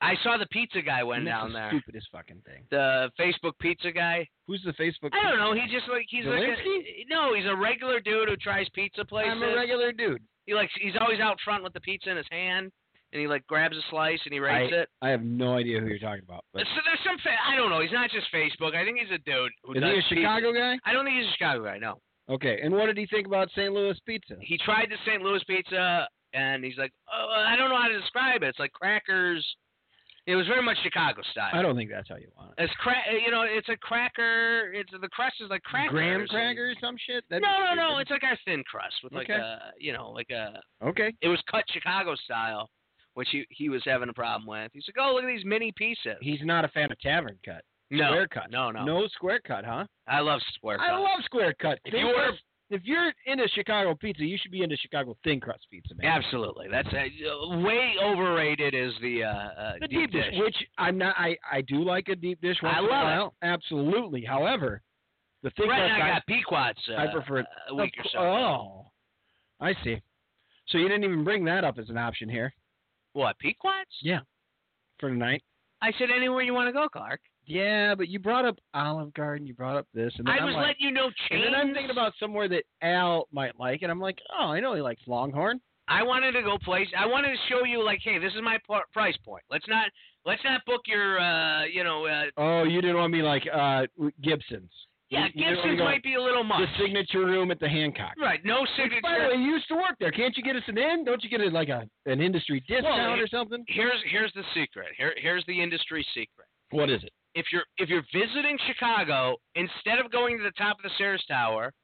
Speaker 2: I saw the pizza guy went
Speaker 3: And that's
Speaker 2: down
Speaker 3: the
Speaker 2: there.
Speaker 3: Stupidest fucking thing.
Speaker 2: The Facebook pizza guy.
Speaker 3: Who's the Facebook?
Speaker 2: I don't know. He just like he's like
Speaker 3: Zelensky?
Speaker 2: a, no, he's a regular dude who tries pizza places.
Speaker 3: I'm a regular dude.
Speaker 2: he like he's always out front with the pizza in his hand, and he like grabs a slice and he rates it.
Speaker 3: I have no idea who you're talking about. But
Speaker 2: So there's some fa- I don't know. He's not just Facebook. I think he's a dude who
Speaker 3: is
Speaker 2: does
Speaker 3: he a
Speaker 2: pizza.
Speaker 3: Chicago guy?
Speaker 2: I don't think he's a Chicago guy. No,
Speaker 3: Okay. And what did he think about St. Louis pizza?
Speaker 2: he tried the St. Louis pizza, and he's like, oh, I don't know how to describe it. It's like crackers. It was very much Chicago
Speaker 3: I
Speaker 2: style.
Speaker 3: don't think that's how you want it.
Speaker 2: It's cra- you know, it's a cracker. It's the crust is like crackers.
Speaker 3: Graham
Speaker 2: and-
Speaker 3: cracker or some shit?
Speaker 2: No,
Speaker 3: That'd be
Speaker 2: no, no.
Speaker 3: stupid.
Speaker 2: It's like our thin crust with like
Speaker 3: Okay.
Speaker 2: a, you know, like a.
Speaker 3: okay.
Speaker 2: It was cut Chicago style, which he he was having a problem with. He's like, oh, look at these mini pieces.
Speaker 3: He's not a fan of tavern cut.
Speaker 2: No,
Speaker 3: Square cut.
Speaker 2: no, no.
Speaker 3: No square cut, huh?
Speaker 2: I love square cut.
Speaker 3: I love square cut.
Speaker 2: If
Speaker 3: Thin
Speaker 2: you order-
Speaker 3: crust- if you're into Chicago pizza, you should be into Chicago thin crust pizza, man.
Speaker 2: Absolutely, that's uh, way overrated. Is the uh, uh,
Speaker 3: The deep dish,
Speaker 2: dish.
Speaker 3: which I'm not. I I do like a deep dish. Once
Speaker 2: I
Speaker 3: in a
Speaker 2: love it.
Speaker 3: while. Absolutely. However, the thin
Speaker 2: right
Speaker 3: crust
Speaker 2: now, I
Speaker 3: I-
Speaker 2: got Pequot's. Uh,
Speaker 3: I prefer it.
Speaker 2: a week or
Speaker 3: Of
Speaker 2: so.
Speaker 3: cou- Oh, I see. So you didn't even bring that up as an option here
Speaker 2: What Pequot's?
Speaker 3: for tonight.
Speaker 2: I said anywhere you want to go, Clark.
Speaker 3: Yeah, but you brought up Olive Garden. You brought up this, and then
Speaker 2: I
Speaker 3: am
Speaker 2: was
Speaker 3: like,
Speaker 2: letting you know.
Speaker 3: and
Speaker 2: Chains.
Speaker 3: then I'm thinking about somewhere that Al might like, and I'm like, oh, I know he likes Longhorn.
Speaker 2: I wanted to go place. I wanted to show you like, hey, this is my par- price point. Let's not let's not book your uh, you know uh,
Speaker 3: Oh, you didn't want me like uh Gibson's.
Speaker 2: yeah
Speaker 3: You- you didn't want me
Speaker 2: Gibson's
Speaker 3: going,
Speaker 2: might be a little much.
Speaker 3: the signature room at the Hancock.
Speaker 2: Right, no
Speaker 3: Which, by the
Speaker 2: signature.
Speaker 3: way, you used to work there. Can't you get us an in? Don't you get a, like a an industry discount
Speaker 2: it-
Speaker 3: or something?
Speaker 2: Here's here's the secret. Here here's the industry secret.
Speaker 3: What is it?
Speaker 2: If you're if you're visiting Chicago, instead of going to the top of the Sears Tower,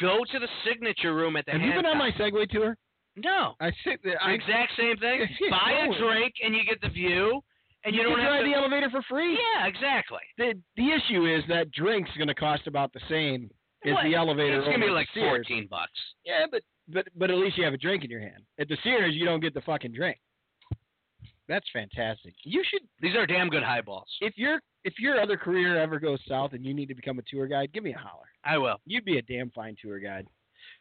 Speaker 2: go to the signature room at the.
Speaker 3: Have you been on my
Speaker 2: Hancock.
Speaker 3: Segway tour?
Speaker 2: No.
Speaker 3: I sit there. I,
Speaker 2: exact same thing.
Speaker 3: (laughs) Yeah,
Speaker 2: Buy a
Speaker 3: totally.
Speaker 2: drink and you get the view, and you,
Speaker 3: you
Speaker 2: don't
Speaker 3: can
Speaker 2: have
Speaker 3: drive
Speaker 2: to.
Speaker 3: the elevator for free.
Speaker 2: yeah, exactly.
Speaker 3: The the issue is that drink's going to cost about the same as
Speaker 2: What?
Speaker 3: the elevator.
Speaker 2: It's gonna be
Speaker 3: over at
Speaker 2: like
Speaker 3: the Sears.
Speaker 2: fourteen bucks.
Speaker 3: Yeah, but but but at least you have a drink in your hand. At the Sears, you don't get the fucking drink. That's fantastic. You should
Speaker 2: These are damn good highballs.
Speaker 3: if your if your other career ever goes south and you need to become a tour guide, give me a holler.
Speaker 2: I will.
Speaker 3: You'd be a damn fine tour guide.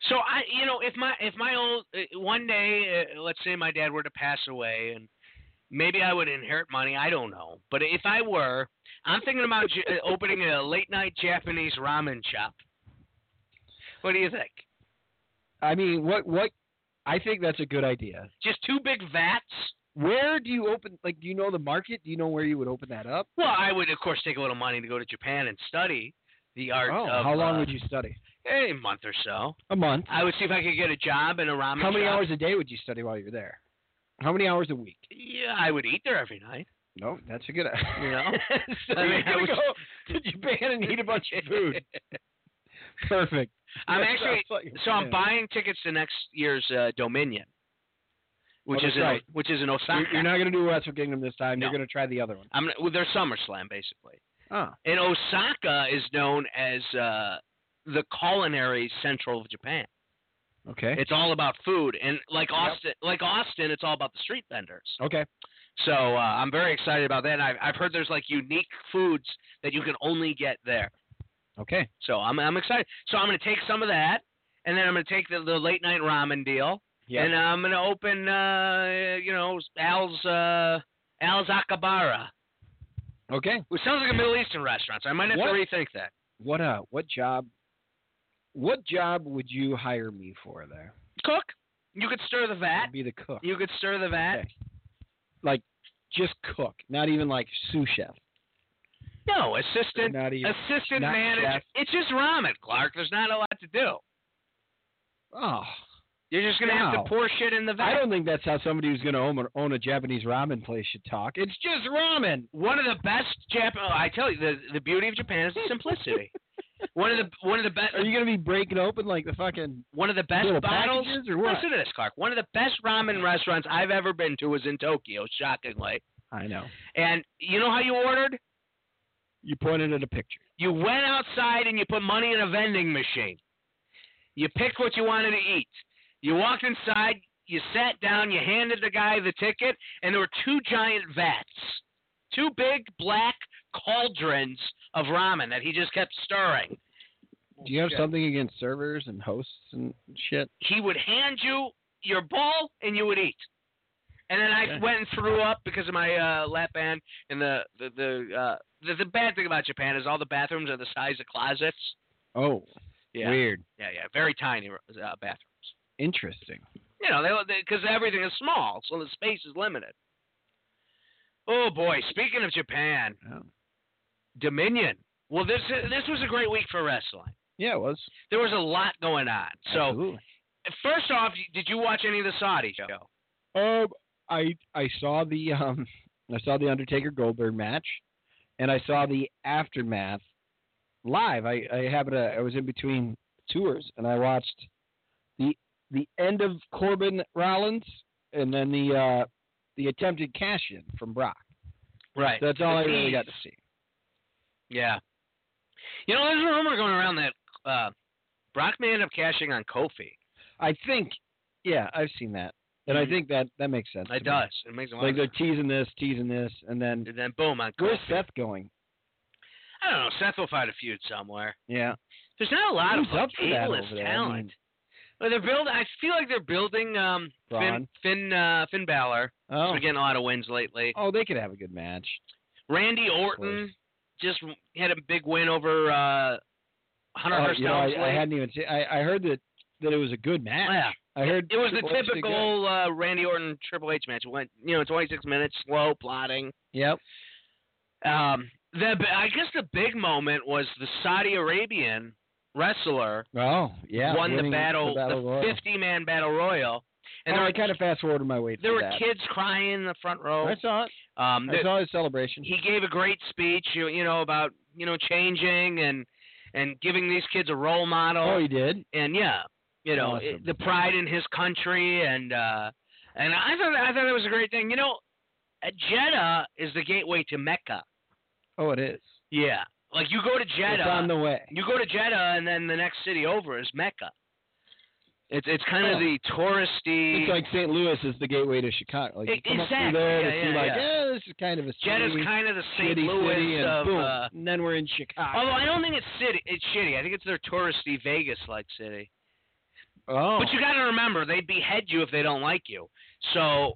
Speaker 2: So I, you know, if my if my old uh, one day, uh, let's say my dad were to pass away, and maybe I would inherit money. I don't know, but if I were, I'm thinking about j- uh, opening a late night Japanese ramen shop. What do you think?
Speaker 3: I mean, what what? I think that's a good idea.
Speaker 2: Just two big vats.
Speaker 3: Where do you open? Like, do you know the market? Do you know where you would open that up?
Speaker 2: Well, I would of course take a little money to go to Japan and study the art.
Speaker 3: oh,
Speaker 2: of,
Speaker 3: how long
Speaker 2: uh,
Speaker 3: would you study?
Speaker 2: eh, A month or so.
Speaker 3: A month.
Speaker 2: I would see if I could get a job in a ramen.
Speaker 3: How many
Speaker 2: shop.
Speaker 3: hours a day would you study while you're there? How many hours a week?
Speaker 2: Yeah, I would eat there every night.
Speaker 3: No, that's a good. (laughs)
Speaker 2: You know? (laughs)
Speaker 3: so
Speaker 2: I mean,
Speaker 3: you're
Speaker 2: I
Speaker 3: gonna
Speaker 2: was-
Speaker 3: go to Japan and eat a bunch of
Speaker 2: (laughs)
Speaker 3: food. Perfect. (laughs)
Speaker 2: I'm
Speaker 3: That
Speaker 2: actually-
Speaker 3: sounds like a
Speaker 2: So I'm
Speaker 3: plan.
Speaker 2: buying tickets to next year's uh, Dominion, which
Speaker 3: Oh,
Speaker 2: is
Speaker 3: that's
Speaker 2: in,
Speaker 3: right.
Speaker 2: which is in Osaka.
Speaker 3: You're, you're not gonna do Wrestle Kingdom this time. You're
Speaker 2: No.
Speaker 3: gonna try the other one.
Speaker 2: I'm gonna- well, they're SummerSlam basically,
Speaker 3: Oh.
Speaker 2: and Osaka is known as uh, the culinary central of Japan.
Speaker 3: Okay.
Speaker 2: It's all about food, and like
Speaker 3: Yep.
Speaker 2: Austin, like Austin, it's all about the street vendors.
Speaker 3: okay.
Speaker 2: So uh, I'm very excited about that. And I've I've heard there's like unique foods that you can only get there.
Speaker 3: Okay.
Speaker 2: So I'm I'm excited. So I'm gonna take some of that, and then I'm gonna take the, the late night ramen deal. And I'm gonna open, uh, you know, Al's uh, Al's Akabara,
Speaker 3: okay.
Speaker 2: which sounds like a Middle Eastern restaurant. So I might have
Speaker 3: What?
Speaker 2: to rethink that.
Speaker 3: What uh? What job? What job would you hire me for there?
Speaker 2: Cook, you could stir the vat.
Speaker 3: (laughs) I'd be the cook.
Speaker 2: You could stir the vat.
Speaker 3: Okay. Like, just cook. Not even like sous chef.
Speaker 2: No, assistant,
Speaker 3: Not even.
Speaker 2: assistant
Speaker 3: not
Speaker 2: manager.
Speaker 3: chef.
Speaker 2: It's just ramen, Clark. There's not a lot to do.
Speaker 3: Oh.
Speaker 2: You're just gonna have
Speaker 3: No.
Speaker 2: to pour shit in the
Speaker 3: I
Speaker 2: vat.
Speaker 3: don't think that's how somebody who's going to own a, own a Japanese ramen place should talk. It's just ramen.
Speaker 2: One of the best Japan. Oh, I tell you, the the beauty of Japan is the
Speaker 3: (laughs)
Speaker 2: simplicity. one of the one of the best.
Speaker 3: Are you going to be breaking open like the fucking
Speaker 2: One of the best
Speaker 3: little
Speaker 2: bottles.
Speaker 3: packages or what?
Speaker 2: Listen to this, Clark. One of the best ramen restaurants I've ever been to was in Tokyo, shockingly.
Speaker 3: I know.
Speaker 2: And you know how you ordered?
Speaker 3: You pointed at a picture.
Speaker 2: You went outside and you put money in a vending machine. You picked what you wanted to eat. You walked inside, you sat down, you handed the guy the ticket, and there were two giant vats, two big black cauldrons of ramen that he just kept stirring.
Speaker 3: Do you have
Speaker 2: Oh, Shit.
Speaker 3: something against servers and hosts and shit?
Speaker 2: He would hand you your bowl and you would eat. And then I
Speaker 4: Okay.
Speaker 2: went and threw up because of my uh, lap band. And the the the, uh, the the bad thing about Japan is all the bathrooms are the size of closets.
Speaker 3: Oh,
Speaker 2: Yeah,
Speaker 3: weird.
Speaker 2: yeah, yeah. Very tiny uh, bathrooms.
Speaker 3: Interesting.
Speaker 2: You know, they because everything is small, so the space is limited. Oh boy, speaking of Japan,
Speaker 4: Oh.
Speaker 2: Dominion. Well, this this was a great week for wrestling.
Speaker 3: Yeah, it was.
Speaker 2: There was a lot going on. So
Speaker 3: Absolutely.
Speaker 2: first off, did you watch any of the Saudi show?
Speaker 3: Um, I I saw the um I saw the Undertaker Goldberg match, and I saw the aftermath live. I I happened to I was in between tours, and I watched the the end of Corbin Rollins, and then the uh the attempted cash in from Brock.
Speaker 2: Right.
Speaker 3: So that's all I really got to see.
Speaker 2: Yeah. You know, there's a rumor going around that uh, Brock may end up cashing on Kofi.
Speaker 3: I think, yeah, I've seen that, and
Speaker 2: Mhm.
Speaker 3: I think that that makes sense.
Speaker 2: It
Speaker 3: to me.
Speaker 2: does. It makes a lot
Speaker 3: Like
Speaker 2: of
Speaker 3: they're teasing this, teasing this, and then
Speaker 2: sense. And then boom on
Speaker 3: where's
Speaker 2: Kofi.
Speaker 3: Seth going?
Speaker 2: I don't know. Seth will fight a feud somewhere.
Speaker 3: Yeah,
Speaker 2: There's not a lot
Speaker 3: Who's
Speaker 2: of
Speaker 3: up
Speaker 2: like,
Speaker 3: for that
Speaker 2: A-list
Speaker 3: over there? I
Speaker 2: talent.
Speaker 3: mean-
Speaker 2: But they're building. I feel like they're building um, Finn
Speaker 3: Braun.
Speaker 2: Finn uh, Finn Balor.
Speaker 3: Oh,
Speaker 2: We're getting a lot of wins lately.
Speaker 3: oh, they could have a good match.
Speaker 2: Randy Orton just had a big win over uh, Hunter
Speaker 3: Oh,
Speaker 2: Hearst
Speaker 3: you know,
Speaker 2: Helmsley.
Speaker 3: I, I hadn't even seen. I, I heard that that it was a good match.
Speaker 2: Yeah.
Speaker 3: I heard
Speaker 2: It was the
Speaker 3: Triple H did good.
Speaker 2: typical uh, Randy Orton Triple H match. It went, you know, 26 minutes, slow, plotting.
Speaker 3: Yep.
Speaker 2: Um, the I guess the big moment was the Saudi Arabian wrestler
Speaker 3: Oh, yeah.
Speaker 2: won the
Speaker 3: winning
Speaker 2: battle,
Speaker 3: royal.
Speaker 2: the 50 man battle royal, and
Speaker 3: oh,
Speaker 2: there
Speaker 3: I
Speaker 2: were
Speaker 3: kind of fast forwarded my way
Speaker 2: there
Speaker 3: through
Speaker 2: were
Speaker 3: that.
Speaker 2: kids crying in the front row.
Speaker 3: I saw it.
Speaker 2: Um,
Speaker 3: I
Speaker 2: the-
Speaker 3: saw his celebration.
Speaker 2: he gave a great speech, you, you know, about you know changing and and giving these kids a role model.
Speaker 3: oh, he did.
Speaker 2: and yeah, you know it-
Speaker 3: Awesome.
Speaker 2: the pride in his country, and uh, and I thought I thought it was a great thing. You know, uh, Jeddah is the gateway to Mecca.
Speaker 3: Oh, it is.
Speaker 2: Yeah, like you go to Jeddah,
Speaker 3: It's on the way.
Speaker 2: you go to Jeddah, and then the next city over is Mecca. It's it's kind
Speaker 3: Oh.
Speaker 2: of the touristy.
Speaker 3: It's like St. Louis is the gateway to Chicago. Like you
Speaker 2: E-
Speaker 3: come up
Speaker 2: exactly.
Speaker 3: through there
Speaker 2: Yeah,
Speaker 3: to
Speaker 2: yeah,
Speaker 3: see like,
Speaker 2: yeah.
Speaker 3: this is kind of a
Speaker 2: Jeddah's
Speaker 3: shitty,
Speaker 2: kind of the
Speaker 3: shitty
Speaker 2: St. Louis
Speaker 3: city, and
Speaker 2: of.
Speaker 3: boom,
Speaker 2: Uh,
Speaker 3: and then we're in Chicago.
Speaker 2: although I don't think it's city, it's shitty. I think it's their touristy Vegas-like city.
Speaker 3: oh,
Speaker 2: But you got to remember, they behead you if they don't like you. So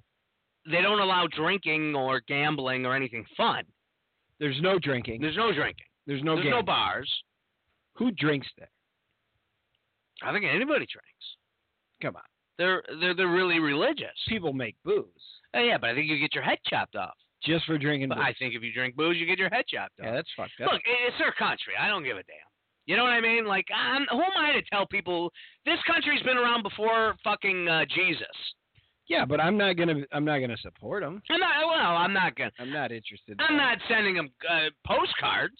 Speaker 2: they don't allow drinking or gambling or anything fun.
Speaker 3: there's no drinking.
Speaker 2: There's no drinking.
Speaker 3: There's no
Speaker 2: There's
Speaker 3: game.
Speaker 2: no bars.
Speaker 3: Who drinks there?
Speaker 2: I don't think anybody drinks.
Speaker 3: Come on,
Speaker 2: They're they're they're really religious.
Speaker 3: people make booze
Speaker 2: Oh, yeah, but I think you get your head chopped off.
Speaker 3: just for drinking.
Speaker 2: But
Speaker 3: booze.
Speaker 2: I think if you drink booze, you get your head chopped
Speaker 3: yeah,
Speaker 2: off.
Speaker 3: that's fucked up.
Speaker 2: Look, it- it's their country. I don't give a damn. You know what I mean? Like, I'm, who am I to tell people this country's been around before fucking uh, Jesus?
Speaker 3: Yeah, but I'm not gonna I'm not gonna support him.
Speaker 2: I'm not. Well, I'm not gonna.
Speaker 3: I'm not interested. in
Speaker 2: I'm
Speaker 3: that.
Speaker 2: not sending them uh, postcards.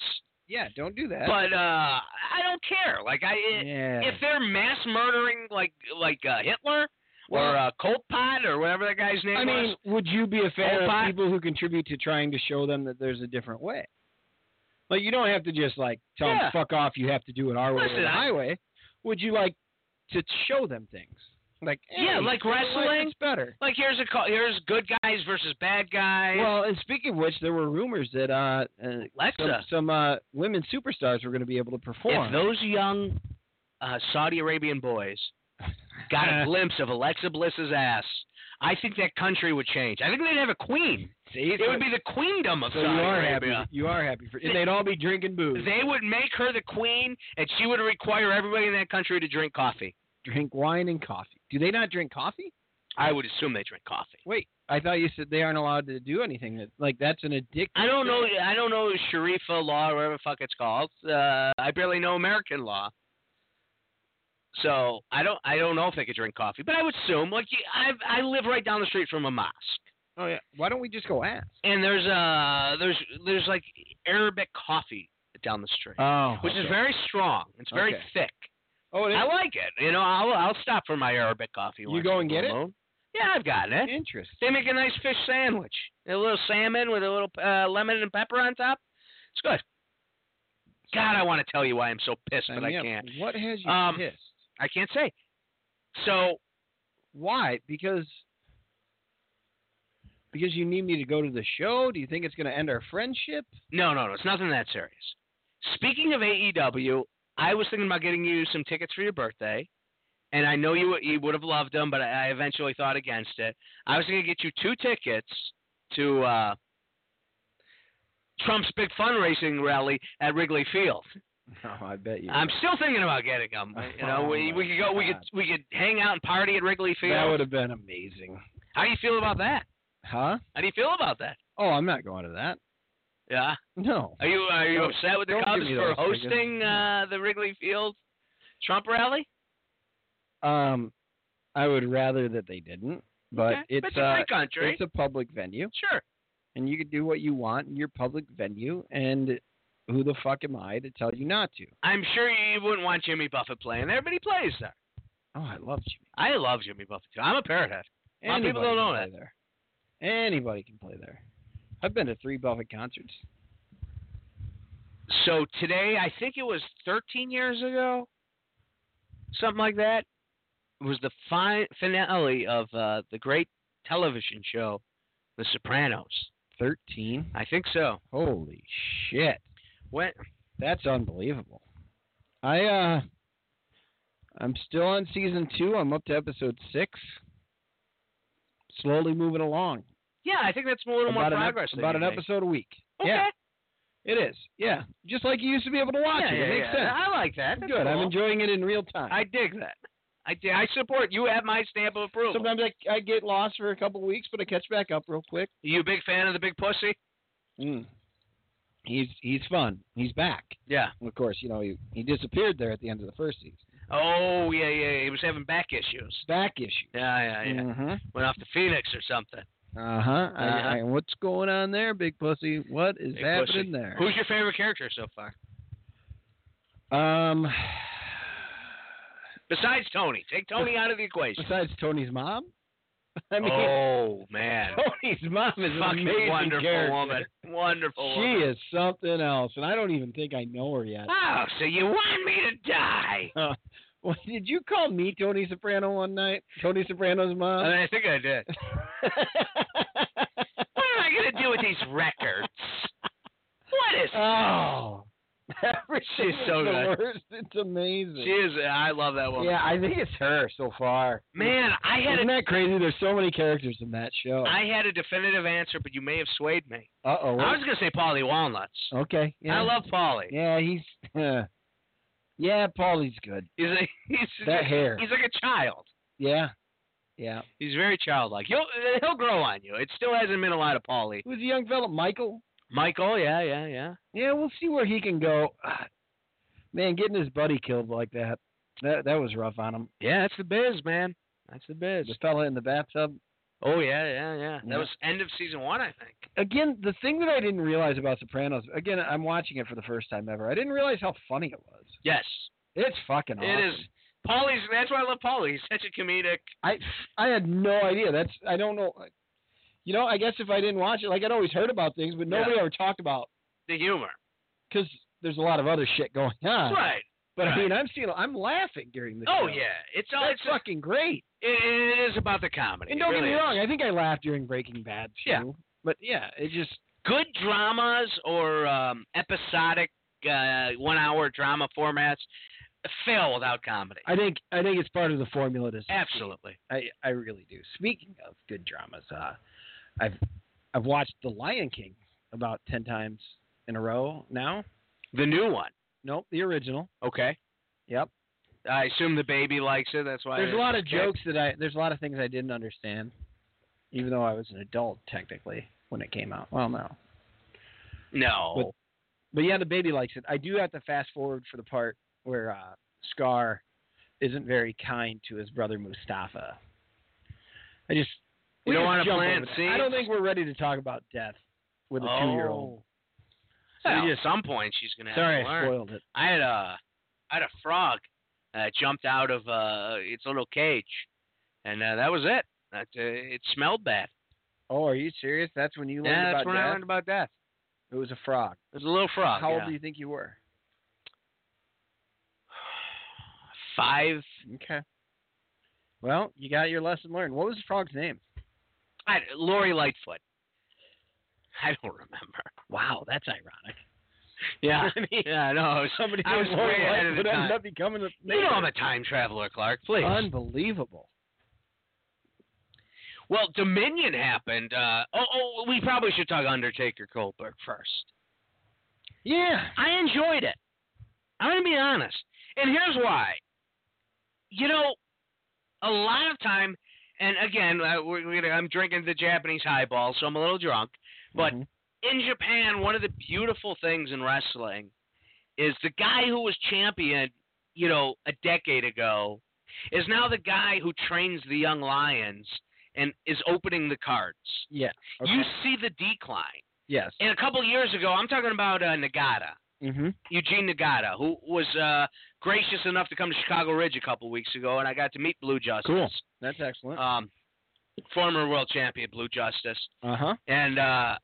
Speaker 3: Yeah, don't do that.
Speaker 2: but uh I don't care. Like I
Speaker 3: yeah.
Speaker 2: if they're mass murdering like like uh, Hitler or
Speaker 3: Well-
Speaker 2: uh, Colt Pot or whatever that guy's name
Speaker 3: uh, I mean,
Speaker 2: was.
Speaker 3: would you be a fan
Speaker 2: Old
Speaker 3: of
Speaker 2: pot-
Speaker 3: people who contribute to trying to show them that there's a different way? Like you don't have to just like tell
Speaker 2: Yeah.
Speaker 3: them fuck off. You have to do it our way
Speaker 2: Listen,
Speaker 3: or the
Speaker 2: I-
Speaker 3: highway. Would you like to show them things? Like hey,
Speaker 2: Yeah, like
Speaker 3: I like
Speaker 2: wrestling.
Speaker 3: It's better.
Speaker 2: Like here's a call, here's good guys versus bad guys.
Speaker 3: Well, and speaking of which, there were rumors that uh, uh some,
Speaker 2: Alexa.
Speaker 3: some uh women superstars were going to be able to perform.
Speaker 2: if those young uh, Saudi Arabian boys got
Speaker 3: (laughs)
Speaker 2: a glimpse of Alexa Bliss's ass, I think that country would change. I think they'd have a queen.
Speaker 3: See,
Speaker 2: It
Speaker 3: so-
Speaker 2: would be the queendom of
Speaker 3: so you
Speaker 2: Saudi
Speaker 3: are
Speaker 2: Arabia.
Speaker 3: happy. You are happy for, and they'd all be drinking booze.
Speaker 2: They would make her the queen, and she would require everybody in that country to drink coffee.
Speaker 3: drink wine and coffee. Do they not drink coffee?
Speaker 2: I would assume they drink coffee.
Speaker 3: Wait, I thought you said they aren't allowed to do anything that like that's an addiction.
Speaker 2: I don't know. I don't know Sharifa law or whatever the fuck it's called. Uh, I barely know American law, so I don't. I don't know if they could drink coffee, but I would assume. Like you- I, I live right down the street from a mosque,
Speaker 3: Oh yeah. Why don't we just go ask?
Speaker 2: and there's uh there's there's like Arabic coffee down the street,
Speaker 3: Oh,
Speaker 2: which is very strong. It's very
Speaker 3: Okay.
Speaker 2: thick.
Speaker 3: Oh, it is
Speaker 2: I like it. You know, I'll I'll stop for my Arabic coffee.
Speaker 3: You
Speaker 2: once
Speaker 3: go
Speaker 2: in
Speaker 3: and
Speaker 2: a
Speaker 3: get
Speaker 2: blue moon. Yeah, I've gotten it.
Speaker 3: interesting.
Speaker 2: They make a nice fish sandwich. A little salmon with a little uh, lemon and pepper on top. It's good. God, I want to tell you why I'm so pissed, but I
Speaker 3: Yeah,
Speaker 2: can't.
Speaker 3: What has you
Speaker 2: Um,
Speaker 3: pissed?
Speaker 2: I can't say. So
Speaker 3: Why? Because because you need me to go to the show? Do you think it's going to end our friendship?
Speaker 2: no, no, no. It's nothing that serious. E Speaking of AEW, I was thinking about getting you some tickets for your birthday, and I know you you would have loved them, but I, I eventually thought against it. I was going to get you two tickets to uh, Trump's big fundraising rally at Wrigley Field.
Speaker 3: (laughs) Oh, I bet you.
Speaker 2: I'm still thinking about getting
Speaker 3: (laughs)
Speaker 2: them. You know, we
Speaker 3: Oh,
Speaker 2: we could go, we could
Speaker 3: God.
Speaker 2: we could hang out and party at Wrigley Field.
Speaker 3: that would have been amazing.
Speaker 2: How do you feel about that?
Speaker 3: Huh?
Speaker 2: How do you feel about that?
Speaker 3: Oh, I'm not going to that.
Speaker 2: Yeah.
Speaker 3: No.
Speaker 2: Are you are you
Speaker 3: Don't-
Speaker 2: upset with the
Speaker 3: don't give
Speaker 2: Cubs
Speaker 3: me
Speaker 2: for
Speaker 3: those tickets.
Speaker 2: hosting uh, the Wrigley Field Trump rally?
Speaker 3: Um, I would rather that they didn't, but
Speaker 2: Okay.
Speaker 3: it's,
Speaker 2: a
Speaker 3: uh,
Speaker 2: free country.
Speaker 3: it's a public venue,
Speaker 2: sure.
Speaker 3: and you can do what you want in your public venue, and who the fuck am I to tell you not to?
Speaker 2: I'm sure you wouldn't want Jimmy Buffett playing there, but he plays there.
Speaker 3: Oh, I love Jimmy.
Speaker 2: I love Jimmy Buffett too. I'm a parrothead. A lot of
Speaker 3: Anybody
Speaker 2: people don't know
Speaker 3: can play there. Anybody can play there. I've been to three Buffett concerts.
Speaker 2: So today, I think it was 13 years ago, something like that, was the fi- finale of uh, the great television show, The Sopranos.
Speaker 3: Thirteen.
Speaker 2: I think so.
Speaker 3: Holy shit.
Speaker 2: When
Speaker 3: That's unbelievable. I uh I'm still on season 2. I'm up to episode 6. Slowly moving along.
Speaker 2: yeah, I think that's a little more
Speaker 3: about an, ep-
Speaker 2: progress. than
Speaker 3: about
Speaker 2: you
Speaker 3: an
Speaker 2: think.
Speaker 3: episode a week.
Speaker 2: Okay.
Speaker 3: Yeah, it is. Yeah. Just like you used to be able to watch
Speaker 2: Yeah,
Speaker 3: it.
Speaker 2: yeah,
Speaker 3: it makes
Speaker 2: yeah.
Speaker 3: sense.
Speaker 2: I like that. That's
Speaker 3: Good. I'm
Speaker 2: cool.
Speaker 3: enjoying it in real time.
Speaker 2: I dig that. I dig- I support. You have my stamp of approval.
Speaker 3: Sometimes I, I get lost for a couple weeks, but I catch back up real quick.
Speaker 2: you a big fan of the big pussy?
Speaker 3: Mm. He's he's fun. He's back.
Speaker 2: Yeah.
Speaker 3: Of course, you know, he, he disappeared there at the end of the first season.
Speaker 2: Oh yeah, yeah. He was having back issues.
Speaker 3: Back issue.
Speaker 2: Yeah, Oh, yeah, yeah.
Speaker 3: Mhm.
Speaker 2: Went off to Phoenix or something.
Speaker 3: Uh-huh. Uh
Speaker 2: Uh-huh.
Speaker 3: And what's going on there, Big Pussy? What is
Speaker 2: Big
Speaker 3: happening
Speaker 2: pussy.
Speaker 3: there?
Speaker 2: Who's your favorite character so far? (sighs)
Speaker 3: um,
Speaker 2: Besides Tony, take Tony out of the equation.
Speaker 3: besides Tony's mom? (laughs) I mean,
Speaker 2: oh man,
Speaker 3: Tony's mom is an
Speaker 2: fucking
Speaker 3: amazing
Speaker 2: wonderful
Speaker 3: character.
Speaker 2: woman, wonderful. woman.
Speaker 3: She is something else, and I don't even think I know her yet.
Speaker 2: Oh, so you want me to die?
Speaker 3: Well, did you call me Tony Soprano one night? Tony Soprano's (laughs)
Speaker 2: I, mean,
Speaker 3: mom?
Speaker 2: I think I did. What am I gonna do with these records? What is?
Speaker 3: Oh, everything
Speaker 2: She's
Speaker 3: is
Speaker 2: so
Speaker 3: the
Speaker 2: good.
Speaker 3: worst. It's amazing.
Speaker 2: she is. I love that woman.
Speaker 3: yeah, I think it's her so far.
Speaker 2: Man, I had
Speaker 3: Isn't
Speaker 2: a,
Speaker 3: that crazy? There's so many characters in that show.
Speaker 2: I had a definitive answer, but you may have swayed me.
Speaker 3: Uh oh.
Speaker 2: I was gonna say Polly Walnuts.
Speaker 3: Okay. Yeah.
Speaker 2: I love Polly.
Speaker 3: Yeah, he's. (laughs) yeah, Paulie's good.
Speaker 2: He's a, (laughs) he's
Speaker 3: That hair.
Speaker 2: he's like a child.
Speaker 3: Yeah. Yeah.
Speaker 2: He's very childlike. He'll he'll grow on you. It still hasn't been a lot of Polly.
Speaker 3: Who's the young fella? Michael.
Speaker 2: Michael, yeah, yeah, yeah.
Speaker 3: Yeah, we'll see where he can go. (sighs) Ah, Man, getting his buddy killed like that. That that was rough on him.
Speaker 2: Yeah, that's the biz, man. That's the biz.
Speaker 3: The fella in the bathtub.
Speaker 2: Oh yeah, yeah, yeah. That
Speaker 3: Yeah.
Speaker 2: was end of season one, I think.
Speaker 3: Again, the thing that I didn't realize about Sopranos. Again, I'm watching it for the first time ever. I didn't realize how funny it was.
Speaker 2: Yes,
Speaker 3: It's fucking awesome.
Speaker 2: it is. Polly's. That's why I love Polly. He's such a comedic.
Speaker 3: I I had no idea. That's I don't know. You know, I guess if I didn't watch it, like I'd always heard about things, but
Speaker 2: Yeah.
Speaker 3: nobody ever talked about
Speaker 2: The humor.
Speaker 3: because there's a lot of other shit going on.
Speaker 2: right.
Speaker 3: But I
Speaker 2: right.
Speaker 3: mean, I'm seeing, I'm laughing during the
Speaker 2: Oh
Speaker 3: show.
Speaker 2: yeah. It's all.
Speaker 3: that's
Speaker 2: It's a,
Speaker 3: fucking great.
Speaker 2: it, it is about the comedy.
Speaker 3: And
Speaker 2: It
Speaker 3: don't get
Speaker 2: really
Speaker 3: me
Speaker 2: is.
Speaker 3: wrong, I think I laughed during Breaking Bad too.
Speaker 2: Yeah.
Speaker 3: But yeah, it just
Speaker 2: good dramas or um, episodic uh, one hour drama formats fail without comedy.
Speaker 3: I think I think it's part of the formula to succeed.
Speaker 2: Absolutely.
Speaker 3: I I really do. Speaking of good dramas, uh, I've I've watched The Lion King about ten times in a row now.
Speaker 2: The new one.
Speaker 3: Nope, the original.
Speaker 2: Okay.
Speaker 3: Yep.
Speaker 2: I assume the baby likes it. That's why
Speaker 3: There's a lot of
Speaker 2: Okay.
Speaker 3: jokes that I there's a lot of things I didn't understand, even though I was an adult technically when it came out. Well, no,
Speaker 2: No.
Speaker 3: But- but yeah, the baby likes it. I do have to fast forward for the part where uh, Scar isn't very kind to his brother Mustafa. I just
Speaker 2: You
Speaker 3: we
Speaker 2: don't
Speaker 3: just
Speaker 2: wanna
Speaker 3: jump
Speaker 2: plant
Speaker 3: over that. I don't
Speaker 2: seeds?
Speaker 3: think we're ready to talk about death with a
Speaker 2: Oh.
Speaker 3: two year old.
Speaker 2: So
Speaker 3: Well,
Speaker 2: at some point she's gonna have
Speaker 3: Sorry,
Speaker 2: to
Speaker 3: I
Speaker 2: learn.
Speaker 3: spoiled it.
Speaker 2: I had a I had a frog uh, jumped out of uh, its little cage, and uh, that was it. That, uh, it smelled bad.
Speaker 3: Oh, are you serious? That's when you learned
Speaker 2: yeah, that's
Speaker 3: about
Speaker 2: when
Speaker 3: death.
Speaker 2: I learned about death.
Speaker 3: It was a frog.
Speaker 2: It was a little frog.
Speaker 3: How
Speaker 2: yeah.
Speaker 3: old do you think you were?
Speaker 2: Five.
Speaker 3: Okay. Well, you got your lesson learned. What was the frog's name?
Speaker 2: I, Lori Lightfoot. I don't remember.
Speaker 3: Wow, that's ironic. (laughs) Yeah.
Speaker 2: I mean, (laughs) yeah, no, I was,
Speaker 3: Somebody
Speaker 2: I was
Speaker 3: more
Speaker 2: way ahead of the
Speaker 3: would end
Speaker 2: time.
Speaker 3: up becoming a
Speaker 2: You know I'm a time traveler, Clark. Please.
Speaker 3: Unbelievable.
Speaker 2: Well, Dominion happened. Uh, oh, oh, we probably should talk Undertaker Goldberg first.
Speaker 3: Yeah.
Speaker 2: I enjoyed it. I'm going to be honest. And here's why. You know, a lot of time, and again, uh, we're, we're gonna, I'm drinking the Japanese highball, so I'm a little drunk. But
Speaker 3: Mhm.
Speaker 2: in Japan, one of the beautiful things in wrestling is the guy who was champion, you know, a decade ago, is now the guy who trains the young lions and is opening the cards.
Speaker 3: yeah. Okay.
Speaker 2: You see the decline.
Speaker 3: yes.
Speaker 2: And a couple of years ago, I'm talking about uh, Nagata.
Speaker 3: mm-hmm.
Speaker 2: Eugene Nagata, who was uh, gracious enough to come to Chicago Ridge a couple weeks ago, and I got to meet Blue Justice,
Speaker 3: Cool. That's excellent.
Speaker 2: um, former world champion Blue Justice,
Speaker 3: Uh huh.
Speaker 2: and uh,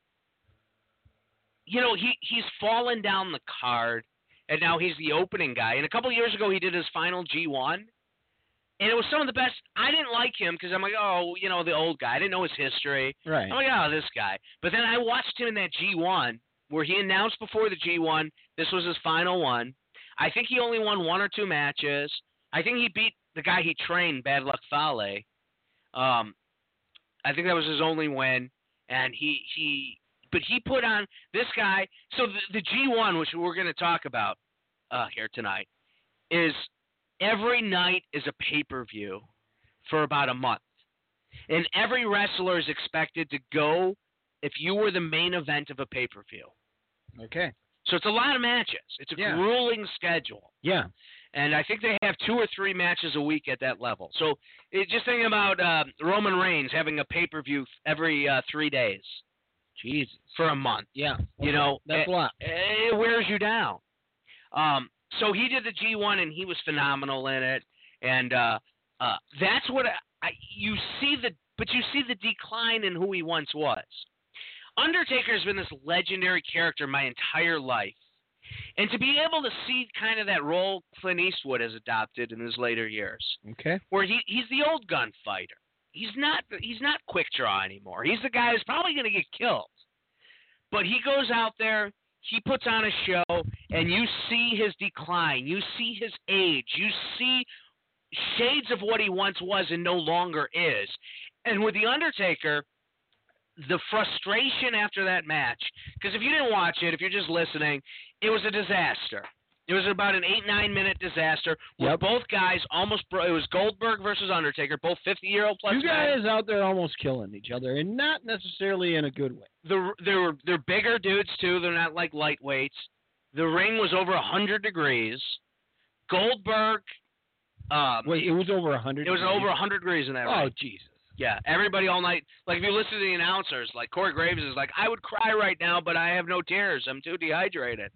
Speaker 2: you know he he's fallen down the card, and now he's the opening guy. And a couple years ago, he did his final G1, and it was some of the best. I didn't like him because I'm like, oh, you know, the old guy. I didn't know his history.
Speaker 3: Right.
Speaker 2: I'm like, oh, this guy. But then I watched him in that G1 where he announced before the G1 this was his final one. I think he only won one or two matches. I think he beat the guy he trained, Bad Luck Fale. Um, I think that was his only win, and he he. But he put on this guy. So the, the G1, which we're going to talk about uh, here tonight, is every night is a pay per view for about a month. And every wrestler is expected to go if you were the main event of a pay per view.
Speaker 3: Okay.
Speaker 2: So it's a lot of matches. It's a
Speaker 3: Yeah.
Speaker 2: grueling schedule.
Speaker 3: Yeah.
Speaker 2: And I think they have two or three matches a week at that level. So it, just thinking about uh, Roman Reigns having a pay per view every uh, three days
Speaker 3: Jesus.
Speaker 2: for a month.
Speaker 3: Yeah.
Speaker 2: You know, eh,
Speaker 3: That's
Speaker 2: it-
Speaker 3: a lot.
Speaker 2: it wears you down. Um, so he did the G1 and he was phenomenal in it, and uh, uh, that's what I, I, you see the but you see the decline in who he once was. Undertaker has been this legendary character my entire life, and to be able to see kind of that role Clint Eastwood has adopted in his later years,
Speaker 3: Okay.
Speaker 2: where he he's the old gun fighter. He's not he's not quick draw anymore. He's the guy who's probably going to get killed. But he goes out there, he puts on a show, and you see his decline. You see his age. You see shades of what he once was and no longer is. And with the Undertaker, the frustration after that match, because if you didn't watch it, if you're just listening, it was a disaster. It was about an eight nine minute disaster where
Speaker 3: Yep.
Speaker 2: both guys almost bro. It was Goldberg versus Undertaker, both fifty year old plus
Speaker 3: you
Speaker 2: men.
Speaker 3: guys out there almost killing each other, and not necessarily in a good way.
Speaker 2: the they're they're bigger dudes too. They're not like lightweights. The ring was over hundred degrees. Goldberg, um,
Speaker 3: Wait, it was over a hundred.
Speaker 2: it was over hundred degrees in that
Speaker 3: Oh
Speaker 2: ring.
Speaker 3: Jesus.
Speaker 2: Yeah, everybody all night. Like if you listen to the announcers, like Corey Graves is like, I would cry right now, but I have no tears. I'm too dehydrated.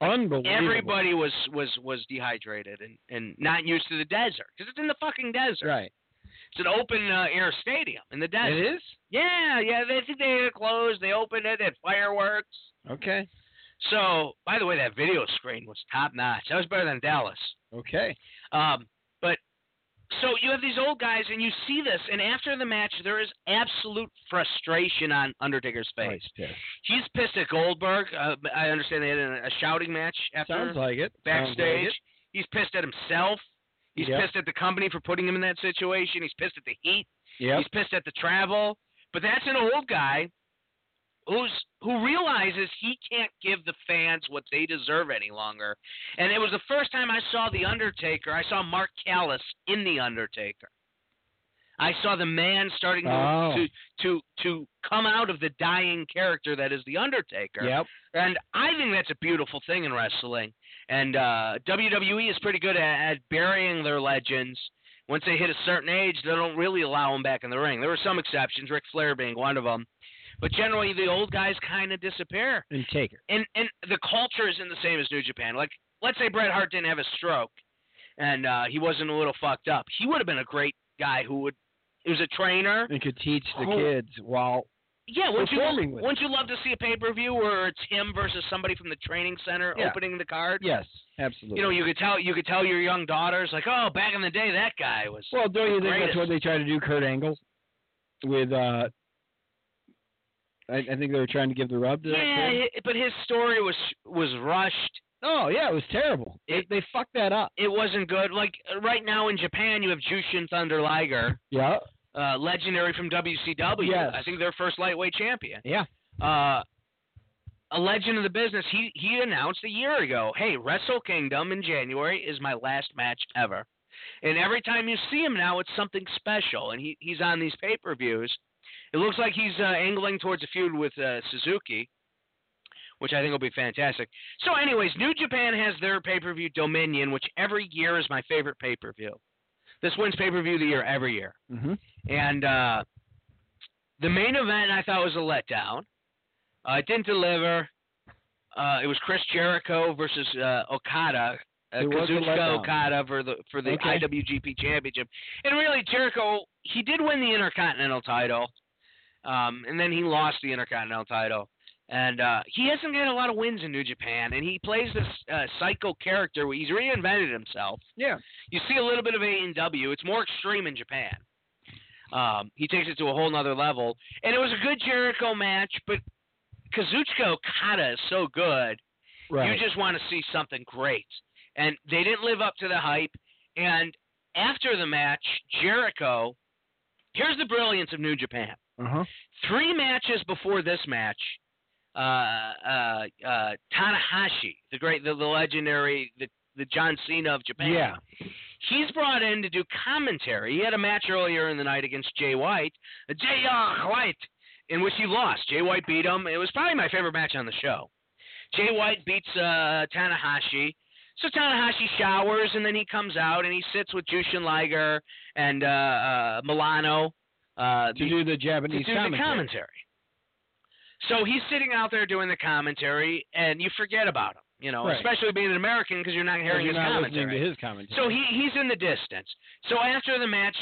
Speaker 3: Unbelievable.
Speaker 2: Everybody was was was dehydrated and and not used to the desert because it's in the fucking desert.
Speaker 3: Right.
Speaker 2: It's an open uh, air stadium in the desert.
Speaker 3: It is.
Speaker 2: Yeah, yeah. They think they had it closed. They opened it. They had fireworks.
Speaker 3: Okay.
Speaker 2: So, by the way, that video screen was top notch. That was better than Dallas.
Speaker 3: Okay.
Speaker 2: Um, but so you have these old guys, and you see this, and after the match, there is absolute frustration on Undertaker's face.
Speaker 3: Nice piss.
Speaker 2: He's pissed at Goldberg. Uh, I understand they had a a shouting match after
Speaker 3: Sounds like it. Sounds like
Speaker 2: backstage.
Speaker 3: it.
Speaker 2: He's pissed at himself. He's
Speaker 3: Yep.
Speaker 2: pissed at the company for putting him in that situation. He's pissed at the heat.
Speaker 3: Yep.
Speaker 2: He's pissed at the travel. But that's an old guy who's who realizes he can't give the fans what they deserve any longer. And it was the first time I saw The Undertaker. I saw Mark Callis in The Undertaker. I saw the man starting to
Speaker 3: Oh.
Speaker 2: to, to to come out of the dying character that is The Undertaker.
Speaker 3: Yep.
Speaker 2: And I think that's a beautiful thing in wrestling. And uh, WWE is pretty good at, at burying their legends. Once they hit a certain age, they don't really allow them back in the ring. There were some exceptions, Ric Flair being one of them. But generally, the old guys kind of disappear.
Speaker 3: And take her.
Speaker 2: And and the culture isn't the same as New Japan. Like, let's say Bret Hart didn't have a stroke, and uh, he wasn't a little fucked up. He would have been a great guy who would. He was a trainer.
Speaker 3: And could teach the
Speaker 2: Oh.
Speaker 3: kids while
Speaker 2: Yeah, wouldn't you,
Speaker 3: performing with
Speaker 2: wouldn't you love to see a pay per view where it's him versus somebody from the training center
Speaker 3: Yeah.
Speaker 2: opening the card?
Speaker 3: Yes, absolutely.
Speaker 2: You know, you could tell you could tell your young daughters like, oh, back in the day, that guy was.
Speaker 3: well, don't you think
Speaker 2: greatest.
Speaker 3: that's what they try to do, Kurt Angle, with uh, I, I think they were trying to give the rub to
Speaker 2: yeah,
Speaker 3: that. kid.
Speaker 2: hi- but his story was was rushed.
Speaker 3: Oh yeah, it was terrible.
Speaker 2: It-
Speaker 3: they, they fucked that up.
Speaker 2: It wasn't good. Like uh, right now in Japan, you have Jushin Thunder Liger,
Speaker 3: Yeah.
Speaker 2: uh, legendary from WCW.
Speaker 3: Yes.
Speaker 2: I think their first lightweight champion.
Speaker 3: Yeah.
Speaker 2: Uh, a legend of the business. He he announced a year ago, "Hey, Wrestle Kingdom in January is my last match ever." And every time you see him now, it's something special. And he he's on these pay per views. It looks like he's uh, angling towards a feud with uh, Suzuki, which I think will be fantastic. So, anyways, New Japan has their pay per view Dominion, which every year is my favorite pay per view. This wins pay per view of the year every year.
Speaker 3: Mm-hmm.
Speaker 2: And uh, the main event I thought was a letdown. Uh, it didn't deliver. Uh, it was Chris Jericho versus uh, Okada. Uh,
Speaker 3: It was a
Speaker 2: Kazuchika
Speaker 3: letdown.
Speaker 2: Okada for the for the
Speaker 3: Okay.
Speaker 2: IWGP Championship. And really, Jericho he did win the Intercontinental title, um, and then he lost the Intercontinental title. And uh, he hasn't got a lot of wins in New Japan, and he plays this uh, psycho character. Where he's reinvented himself
Speaker 3: Yeah.
Speaker 2: you see a little bit of AEW. It's more extreme in Japan. Um, he takes it to a whole nother level, and it was a good Jericho match. But Kazuchika Okada is so good,
Speaker 3: Right.
Speaker 2: you just want to see something great. And they didn't live up to the hype. And after the match, Jericho, here's the brilliance of New Japan.
Speaker 3: uh huh.
Speaker 2: Three matches before this match, uh, uh, uh, Tanahashi, the great, the, the legendary, the, the John Cena of Japan
Speaker 3: Yeah.
Speaker 2: he's brought in to do commentary. He had a match earlier in the night against Jay White, J.R. White, in which he lost. Jay White beat him. It was probably my favorite match on the show. Jay White beats uh, Tanahashi. So Tanahashi showers, and then he comes out and he sits with Jushin Liger and uh, uh, Milano. Uh,
Speaker 3: To do the
Speaker 2: to
Speaker 3: Japanese
Speaker 2: do the commentary. So he's sitting out there doing the commentary, and you forget about him. You know,
Speaker 3: Right.
Speaker 2: especially being an American because you're not
Speaker 3: Because
Speaker 2: hearing
Speaker 3: you're
Speaker 2: his
Speaker 3: not
Speaker 2: commentary.
Speaker 3: listening to his commentary.
Speaker 2: So he he's in the distance. So after the match,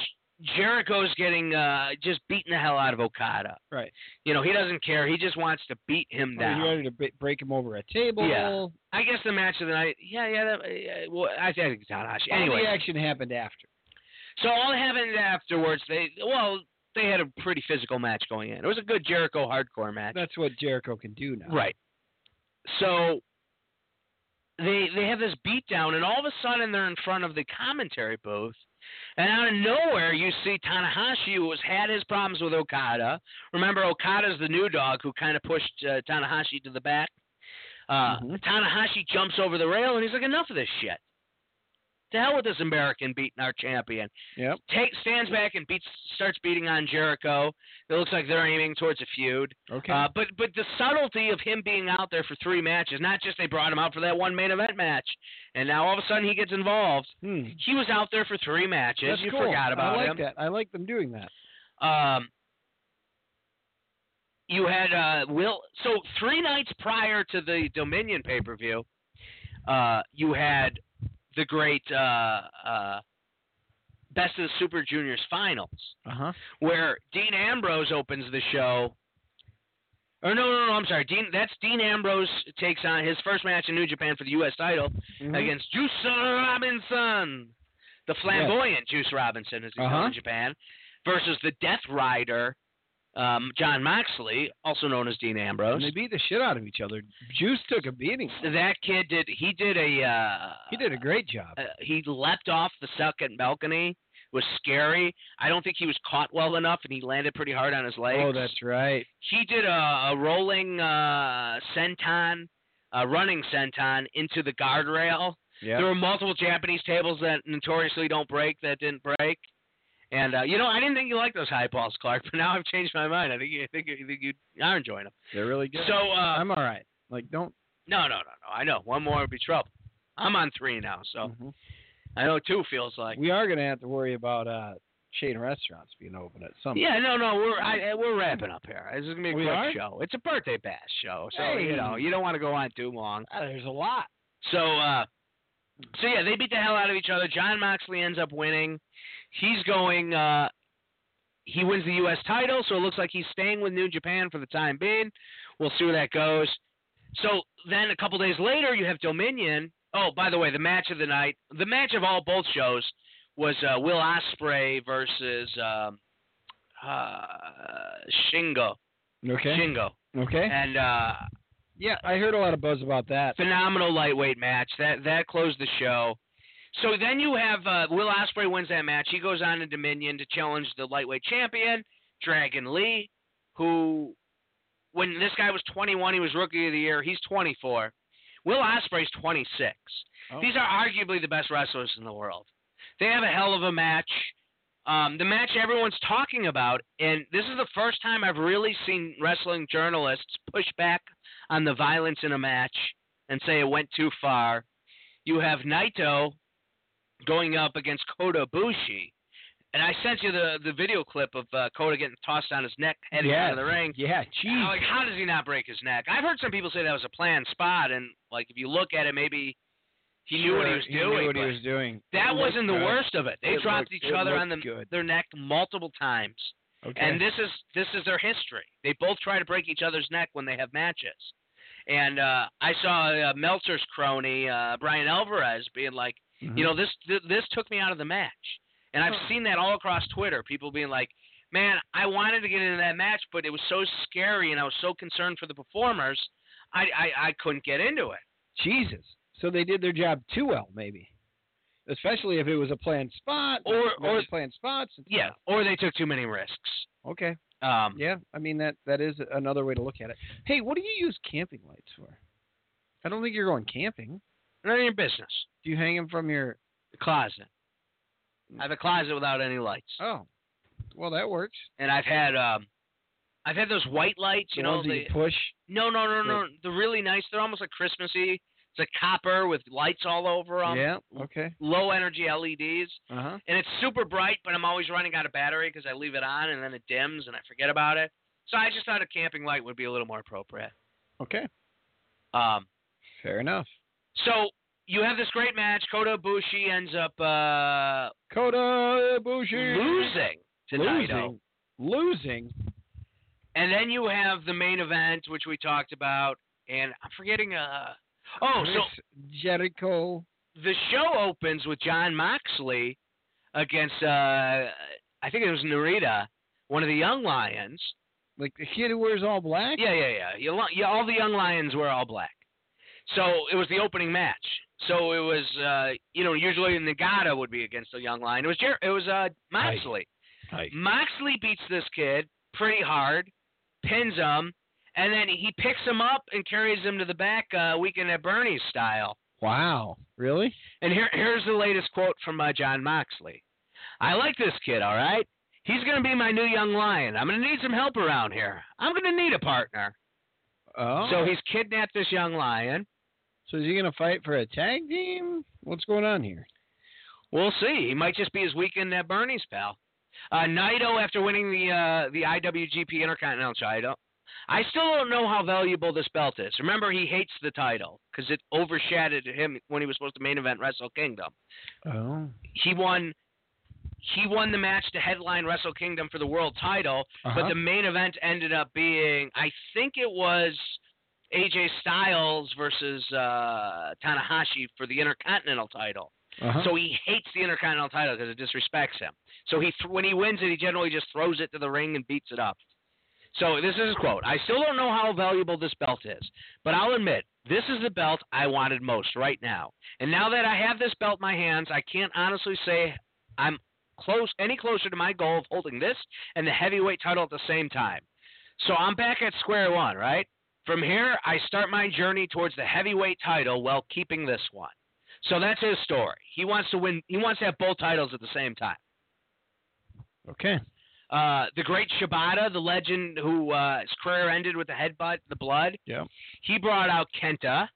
Speaker 2: Jericho's getting uh, just beating the hell out of Okada.
Speaker 3: Right.
Speaker 2: You know he doesn't care. He just wants to beat him
Speaker 3: Or he's
Speaker 2: down.
Speaker 3: ready to b- break him over a table.
Speaker 2: Yeah. I guess the match of the night. Yeah, yeah. That, yeah well, I think it's Tanahashi. Anyway,
Speaker 3: All the action happened after.
Speaker 2: so all happened afterwards. They well they had a pretty physical match going in. It was a good Jericho hardcore match.
Speaker 3: That's what Jericho can do now.
Speaker 2: Right. So they they have this beatdown, and all of a sudden they're in front of the commentary booth, and out of nowhere you see Tanahashi, who has had his problems with Okada. Remember, Okada's the new dog who kind of pushed uh, Tanahashi to the back. Uh,
Speaker 3: Mhm.
Speaker 2: Tanahashi jumps over the rail, and he's like, "Enough of this shit." To hell with this American beating our champion
Speaker 3: Yep.
Speaker 2: take stands back and beats starts beating on Jericho. It looks like they're aiming towards a feud.
Speaker 3: Okay.
Speaker 2: Uh, but but the subtlety of him being out there for three matches, not just they brought him out for that one main event match, and now all of a sudden he gets involved.
Speaker 3: hmm.
Speaker 2: He was out there for three matches.
Speaker 3: That's
Speaker 2: you
Speaker 3: cool.
Speaker 2: forgot about
Speaker 3: I like
Speaker 2: him.
Speaker 3: that. I like them doing that.
Speaker 2: Um, you had uh, Will. So three nights prior to the Dominion pay per view, uh, you had the great uh, uh, Best of the Super Juniors finals
Speaker 3: Uh huh.
Speaker 2: where Dean Ambrose opens the show. Or no, no, no, I'm sorry. Dean, that's Dean Ambrose takes on his first match in New Japan for the U.S. title
Speaker 3: Mm-hmm.
Speaker 2: against Juice Robinson, the flamboyant Juice Robinson, as he's known
Speaker 3: Uh-huh.
Speaker 2: in Japan, versus the Death Rider, um, John Moxley, also known as Dean Ambrose.
Speaker 3: And they beat the shit out of each other. Juice took a beating.
Speaker 2: That kid did. He did a. Uh,
Speaker 3: He did a great job.
Speaker 2: uh, he leapt off the second balcony. Was scary. I don't think he was caught well enough, and he landed pretty hard on his legs.
Speaker 3: oh, that's right.
Speaker 2: he did a, a rolling uh, senton, a running senton into the guardrail. There
Speaker 3: Yeah.
Speaker 2: were multiple Japanese tables that notoriously don't break that didn't break. And uh, you know, I didn't think you liked those high balls, Clark, but (laughs) now I've changed my mind. I think you I think you, I think you are enjoying them.
Speaker 3: They're really good.
Speaker 2: So uh,
Speaker 3: I'm all right. Like, don't.
Speaker 2: no, no, no, no. I know one more would be trouble. I'm on three now, so
Speaker 3: Mhm.
Speaker 2: I know two feels like.
Speaker 3: we are gonna have to worry about uh chain restaurants being open at some.
Speaker 2: Yeah, no, no, we're I, I- we're wrapping up here. This is gonna be a
Speaker 3: We
Speaker 2: quick
Speaker 3: are?
Speaker 2: show. It's a birthday bash show, so you
Speaker 3: Hey.
Speaker 2: know you don't want to go on too long.
Speaker 3: Ah, there's a lot.
Speaker 2: So, uh, so yeah, they beat the hell out of each other. John Moxley ends up winning. He's going. Uh, he wins the U.S. title, so it looks like he's staying with New Japan for the time being. We'll see where that goes. So then, a couple days later, you have Dominion. Oh, by the way, the match of the night, the match of all both shows was uh, Will Osprey versus um, uh, Shingo.
Speaker 3: Okay.
Speaker 2: Shingo.
Speaker 3: Okay.
Speaker 2: And uh,
Speaker 3: Yeah, I heard a lot of buzz about that.
Speaker 2: phenomenal lightweight match. That that closed the show. So then you have uh, Will Osprey wins that match. He goes on to Dominion to challenge the lightweight champion Dragon Lee, who when this guy was 21, he was rookie of the year. He's 24. Will Osprey's 26.
Speaker 3: Oh.
Speaker 2: These are arguably the best wrestlers in the world. They have a hell of a match. Um, the match everyone's talking about, and this is the first time I've really seen wrestling journalists push back on the violence in a match and say it went too far. You have Naito going up against Kota Bushi. And I sent you the, the video clip of uh, Kota getting tossed on his neck, heading
Speaker 3: yeah.
Speaker 2: out of the ring.
Speaker 3: Yeah,
Speaker 2: I'm
Speaker 3: jeez.
Speaker 2: Like, how does he not break his neck? I've heard some people say that was a planned spot, and like if you look at it, maybe he knew what he
Speaker 3: Sure,
Speaker 2: was
Speaker 3: he
Speaker 2: doing.
Speaker 3: Knew what he
Speaker 2: but
Speaker 3: was doing.
Speaker 2: that
Speaker 3: It
Speaker 2: wasn't the
Speaker 3: looked good.
Speaker 2: worst of it. They
Speaker 3: It
Speaker 2: dropped
Speaker 3: looked-
Speaker 2: each
Speaker 3: it
Speaker 2: other on the,
Speaker 3: looked good.
Speaker 2: their neck multiple times,
Speaker 3: Okay.
Speaker 2: and this is this is their history. They both try to break each other's neck when they have matches. And uh, I saw uh, Meltzer's crony uh, Brian Alvarez being like,
Speaker 3: Mm-hmm.
Speaker 2: you know, this th- this took me out of the match, and I've
Speaker 1: Huh.
Speaker 2: seen that all across Twitter. People being like, "Man, I wanted to get into that match, but it was so scary, and I was so concerned for the performers, I I, I couldn't get into it."
Speaker 3: Jesus. So they did their job too well, maybe. Especially if it was a planned spot.
Speaker 2: Or-
Speaker 3: there
Speaker 2: or-
Speaker 3: was planned spots. and
Speaker 2: Yeah,
Speaker 3: stuff.
Speaker 2: or they took too many risks.
Speaker 3: Okay.
Speaker 2: Um,
Speaker 3: Yeah. I mean that that is another way to look at it. Hey, what do you use camping lights for? I don't think you're going camping.
Speaker 2: none of your business.
Speaker 3: Do you hang them from your?
Speaker 2: The closet. I have a closet without any lights,
Speaker 3: Oh. Well, that works.
Speaker 2: and I've had um, I've had those white lights. You
Speaker 3: the
Speaker 2: know,
Speaker 3: ones that you
Speaker 2: the-
Speaker 3: push.
Speaker 2: no, no, no, no. They're really nice. They're almost like Christmassy. It's like copper with lights all over them.
Speaker 3: yeah. Okay.
Speaker 2: Low energy LEDs.
Speaker 3: Uh huh.
Speaker 2: and it's super bright, but I'm always running out of battery because I leave it on and then it dims and I forget about it. So I just thought a camping light would be a little more appropriate.
Speaker 3: Okay.
Speaker 2: Um,
Speaker 3: Fair enough.
Speaker 2: so you have this great match. Kota Ibushi ends up uh,
Speaker 3: Kota Ibushi.
Speaker 2: losing to Naito,
Speaker 3: Losing. Losing.
Speaker 2: and then you have the main event, which we talked about, and I'm forgetting. Uh, oh, so
Speaker 3: Chris Jericho.
Speaker 2: the show opens with John Moxley against uh, I think it was Narita, one of the young lions,
Speaker 3: Like the kid who wears all black.
Speaker 2: Yeah, yeah, yeah. You, lo- yeah. All the young lions were all black. So it was the opening match. So it was, uh, you know, usually Nagata would be against the young lion. It was Jer- it was uh, Moxley. Moxley beats this kid pretty hard, pins him, and then he picks him up and carries him to the back, uh, weekend at Bernie's style.
Speaker 3: Wow. Really?
Speaker 2: And here, here's the latest quote from uh, John Moxley. I like this kid, all right? He's going to be my new young lion. I'm going to need some help around here. I'm going to need a partner.
Speaker 3: Oh.
Speaker 2: So he's kidnapped this young lion.
Speaker 3: So is he gonna fight for a tag team? What's going on here?
Speaker 2: We'll see. He might just be his weekend at Bernie's pal. Uh, Naito, after winning the uh, the IWGP Intercontinental title, I still don't know how valuable this belt is. Remember, he hates the title because it overshadowed him when he was supposed to main event Wrestle Kingdom.
Speaker 3: Oh.
Speaker 2: He won. He won the match to headline Wrestle Kingdom for the world title,
Speaker 3: Uh-huh.
Speaker 2: but the main event ended up being, I think it was AJ Styles versus uh, Tanahashi for the Intercontinental title.
Speaker 3: Uh-huh.
Speaker 2: So he hates the Intercontinental title because it disrespects him. So he, th- when he wins it, he generally just throws it to the ring and beats it up. So this is his quote: "I still don't know how valuable this belt is, but I'll admit this is the belt I wanted most right now. And now that I have this belt in my hands, I can't honestly say I'm close any closer to my goal of holding this and the heavyweight title at the same time. So I'm back at square one, right? From here, I start my journey towards the heavyweight title while keeping this one. So that's his story. He wants to win. He wants to have both titles at the same time.
Speaker 3: okay.
Speaker 2: Uh, the great Shibata, the legend who uh, his career ended with the headbutt, the blood.
Speaker 3: Yeah.
Speaker 2: He brought out Kenta.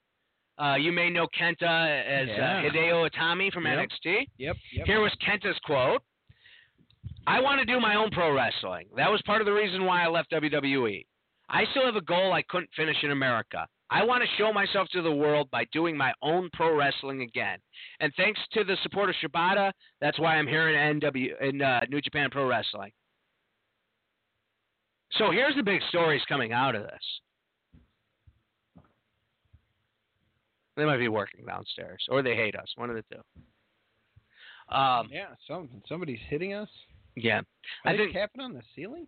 Speaker 2: Uh, you may know Kenta as uh,
Speaker 3: Yeah.
Speaker 2: Hideo Itami from
Speaker 3: Yep.
Speaker 2: NXT.
Speaker 3: Yep. Yep.
Speaker 2: Here was Kenta's quote I want to do my own pro wrestling. That was part of the reason why I left WWE. I still have a goal I couldn't finish in America. I want to show myself to the world by doing my own pro wrestling again. And thanks to the support of Shibata, that's why I'm here in NW in uh, New Japan Pro Wrestling. So here's the big stories coming out of this. They might be working downstairs, or they hate us. One of the two. Um,
Speaker 3: yeah. Some somebody's hitting us.
Speaker 2: yeah, I
Speaker 3: Are they
Speaker 2: think
Speaker 3: tapping on the ceiling?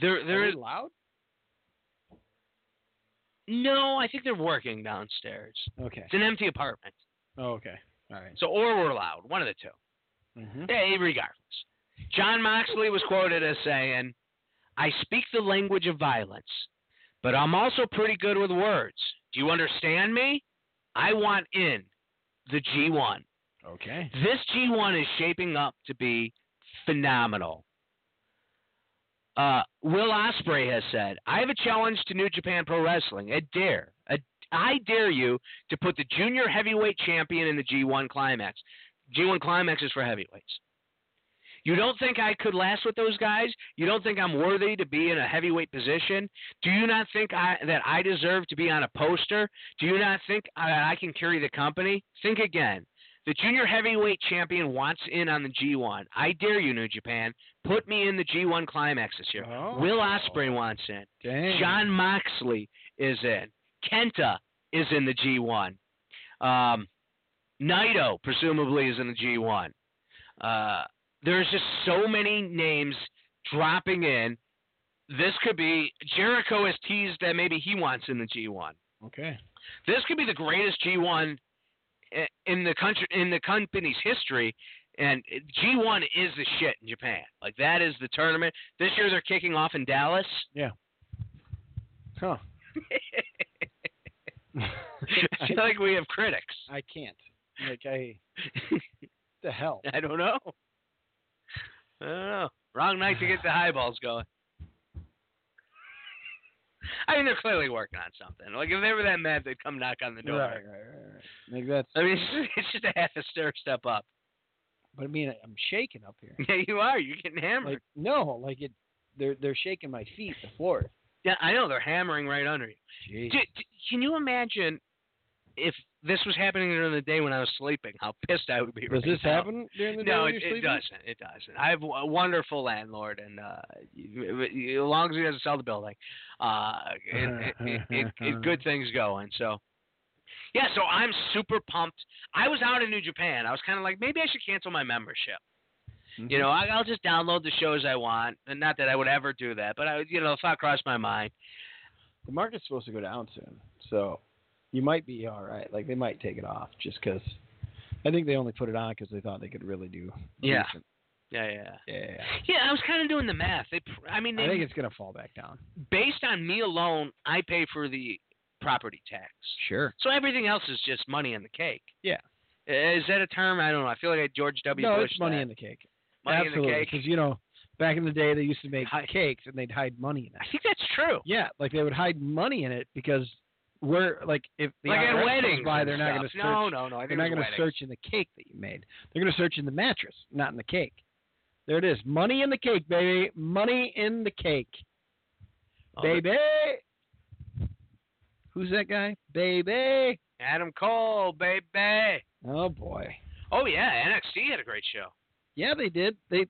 Speaker 2: there
Speaker 3: Are
Speaker 2: there
Speaker 3: they
Speaker 2: is
Speaker 3: loud.
Speaker 2: No, I think they're working downstairs.
Speaker 3: Okay.
Speaker 2: It's an empty apartment.
Speaker 3: Oh, okay. All right.
Speaker 2: So, or we're loud, one of the two.
Speaker 3: Mm-hmm.
Speaker 2: Hey, regardless. John Moxley was quoted as saying, I speak the language of violence, but I'm also pretty good with words. Do you understand me? I want in the G1.
Speaker 3: Okay.
Speaker 2: This G1 is shaping up to be phenomenal. Uh, Will Osprey has said, "I have a challenge to New Japan Pro Wrestling. I dare, I, I dare you to put the junior heavyweight champion in the G1 climax. G1 climax is for heavyweights. You don't think I could last with those guys? You don't think I'm worthy to be in a heavyweight position? Do you not think I, that I deserve to be on a poster? Do you not think I, I can carry the company? Think again." The junior heavyweight champion wants in on the G1. I dare you, New Japan. Put me in the G1 climax this year.
Speaker 3: Oh.
Speaker 2: Will Osprey wants in.
Speaker 3: Dang.
Speaker 2: John Moxley is in. Kenta is in the G1. Um, Naito presumably is in the G1. Uh, there's just so many names dropping in. This could be Jericho has teased that maybe he wants in the G1
Speaker 3: Okay.
Speaker 2: this could be the greatest G1 i- in the country in the company's history. And G1 is the shit in Japan. Like that is the tournament. This year they're kicking off in Dallas.
Speaker 3: Huh.
Speaker 2: (laughs) I
Speaker 3: I,
Speaker 2: feel like we have critics.
Speaker 3: (laughs) I can't. Like
Speaker 2: (laughs)
Speaker 3: I. the hell.
Speaker 2: I don't know. I don't know. Wrong night to get the highballs going. I mean, they're clearly working on something. Like if they were that mad, they'd come knock on the door.
Speaker 3: Right, right, right, right. right. Like that's.
Speaker 2: I mean, (laughs) it's just a half a stair step up. (laughs)
Speaker 3: But I mean, I'm shaking up here.
Speaker 2: Yeah, you are. You're getting hammered.
Speaker 3: Like no, like it. They're they're shaking my feet. The floor.
Speaker 2: yeah, I know. They're hammering right under you.
Speaker 3: Jeez.
Speaker 2: D- d- can you imagine if this was happening during the day when I was sleeping? How pissed I would be.
Speaker 3: Does
Speaker 2: right
Speaker 3: this
Speaker 2: now.
Speaker 3: happen during the day?
Speaker 2: No,
Speaker 3: when
Speaker 2: it,
Speaker 3: you're
Speaker 2: it
Speaker 3: sleeping?
Speaker 2: doesn't. It doesn't. I have a wonderful landlord, and uh, y- y- as long as he doesn't sell the building, uh, it, it, it, it,
Speaker 3: (laughs)
Speaker 2: it, good things going. So, yeah. So I'm super pumped. I was out in New Japan. I was kind of like, maybe I should cancel my membership.
Speaker 3: Mm-hmm.
Speaker 2: You know, I, I'll just download the shows I want, and not that I would ever do that, but I, you know, the thought crossed my mind.
Speaker 3: the market's supposed to go down soon, so you might be all right. Like they might take it off just because. I think they only put it on because they thought they could really do.
Speaker 2: Yeah.
Speaker 3: decent.
Speaker 2: Yeah, yeah.
Speaker 3: Yeah.
Speaker 2: Yeah, I was kind of doing the math. They, pr- I mean,
Speaker 3: I think
Speaker 2: they,
Speaker 3: it's gonna fall back down.
Speaker 2: based on me alone, I pay for the property tax.
Speaker 3: Sure.
Speaker 2: So everything else is just money in the cake.
Speaker 3: Yeah.
Speaker 2: Uh, Is that a term? I don't know. I feel like I George W.
Speaker 3: no,
Speaker 2: Bush.
Speaker 3: it's money
Speaker 2: that.
Speaker 3: in the cake.
Speaker 2: money in
Speaker 3: Absolutely,
Speaker 2: the cake.
Speaker 3: Because you know, back in the day, they used to make
Speaker 2: Hi-
Speaker 3: cakes and they'd hide money in
Speaker 2: I
Speaker 3: it.
Speaker 2: think that's true.
Speaker 3: Yeah, like they would hide money in it because we're like if the
Speaker 2: like
Speaker 3: IRS
Speaker 2: at
Speaker 3: comes
Speaker 2: weddings.
Speaker 3: by,
Speaker 2: and
Speaker 3: they're not
Speaker 2: stuff.
Speaker 3: going to search.
Speaker 2: No, no, no. I
Speaker 3: They're
Speaker 2: think
Speaker 3: not
Speaker 2: it was
Speaker 3: gonna
Speaker 2: weddings.
Speaker 3: search in the cake that you made. They're going to search in the mattress, not in the cake. There it is. Money in the cake, baby. Money in the cake,
Speaker 2: Oh,
Speaker 3: baby. Who's that guy? Baby.
Speaker 2: Adam Cole, baby.
Speaker 3: Oh boy.
Speaker 2: Oh yeah, NXT had a great show.
Speaker 3: Yeah, they did. They.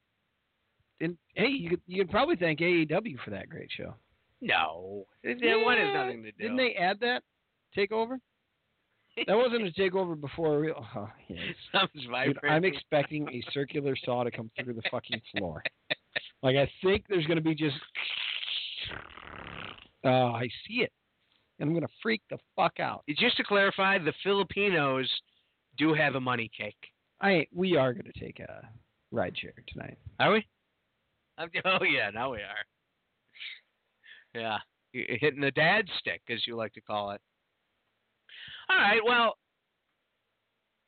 Speaker 3: And hey, you could, you could probably thank AEW for that great show.
Speaker 2: No, It- that one has
Speaker 3: Yeah,
Speaker 2: nothing to do.
Speaker 3: Didn't they add that takeover?
Speaker 2: (laughs)
Speaker 3: That wasn't a takeover before a real. Oh, yes.
Speaker 2: Something's
Speaker 3: Dude,
Speaker 2: vibrating.
Speaker 3: I'm expecting a circular saw to come through the fucking floor. Like I think there's gonna be just. Oh, I see it, and I'm gonna freak the fuck out.
Speaker 2: Just to clarify, the Filipinos do have a money cake.
Speaker 3: I we are gonna take a ride share tonight.
Speaker 2: Are we? I'm, (laughs) oh yeah, now we are. Yeah, y- hitting the dad stick, as you like to call it. All right, well,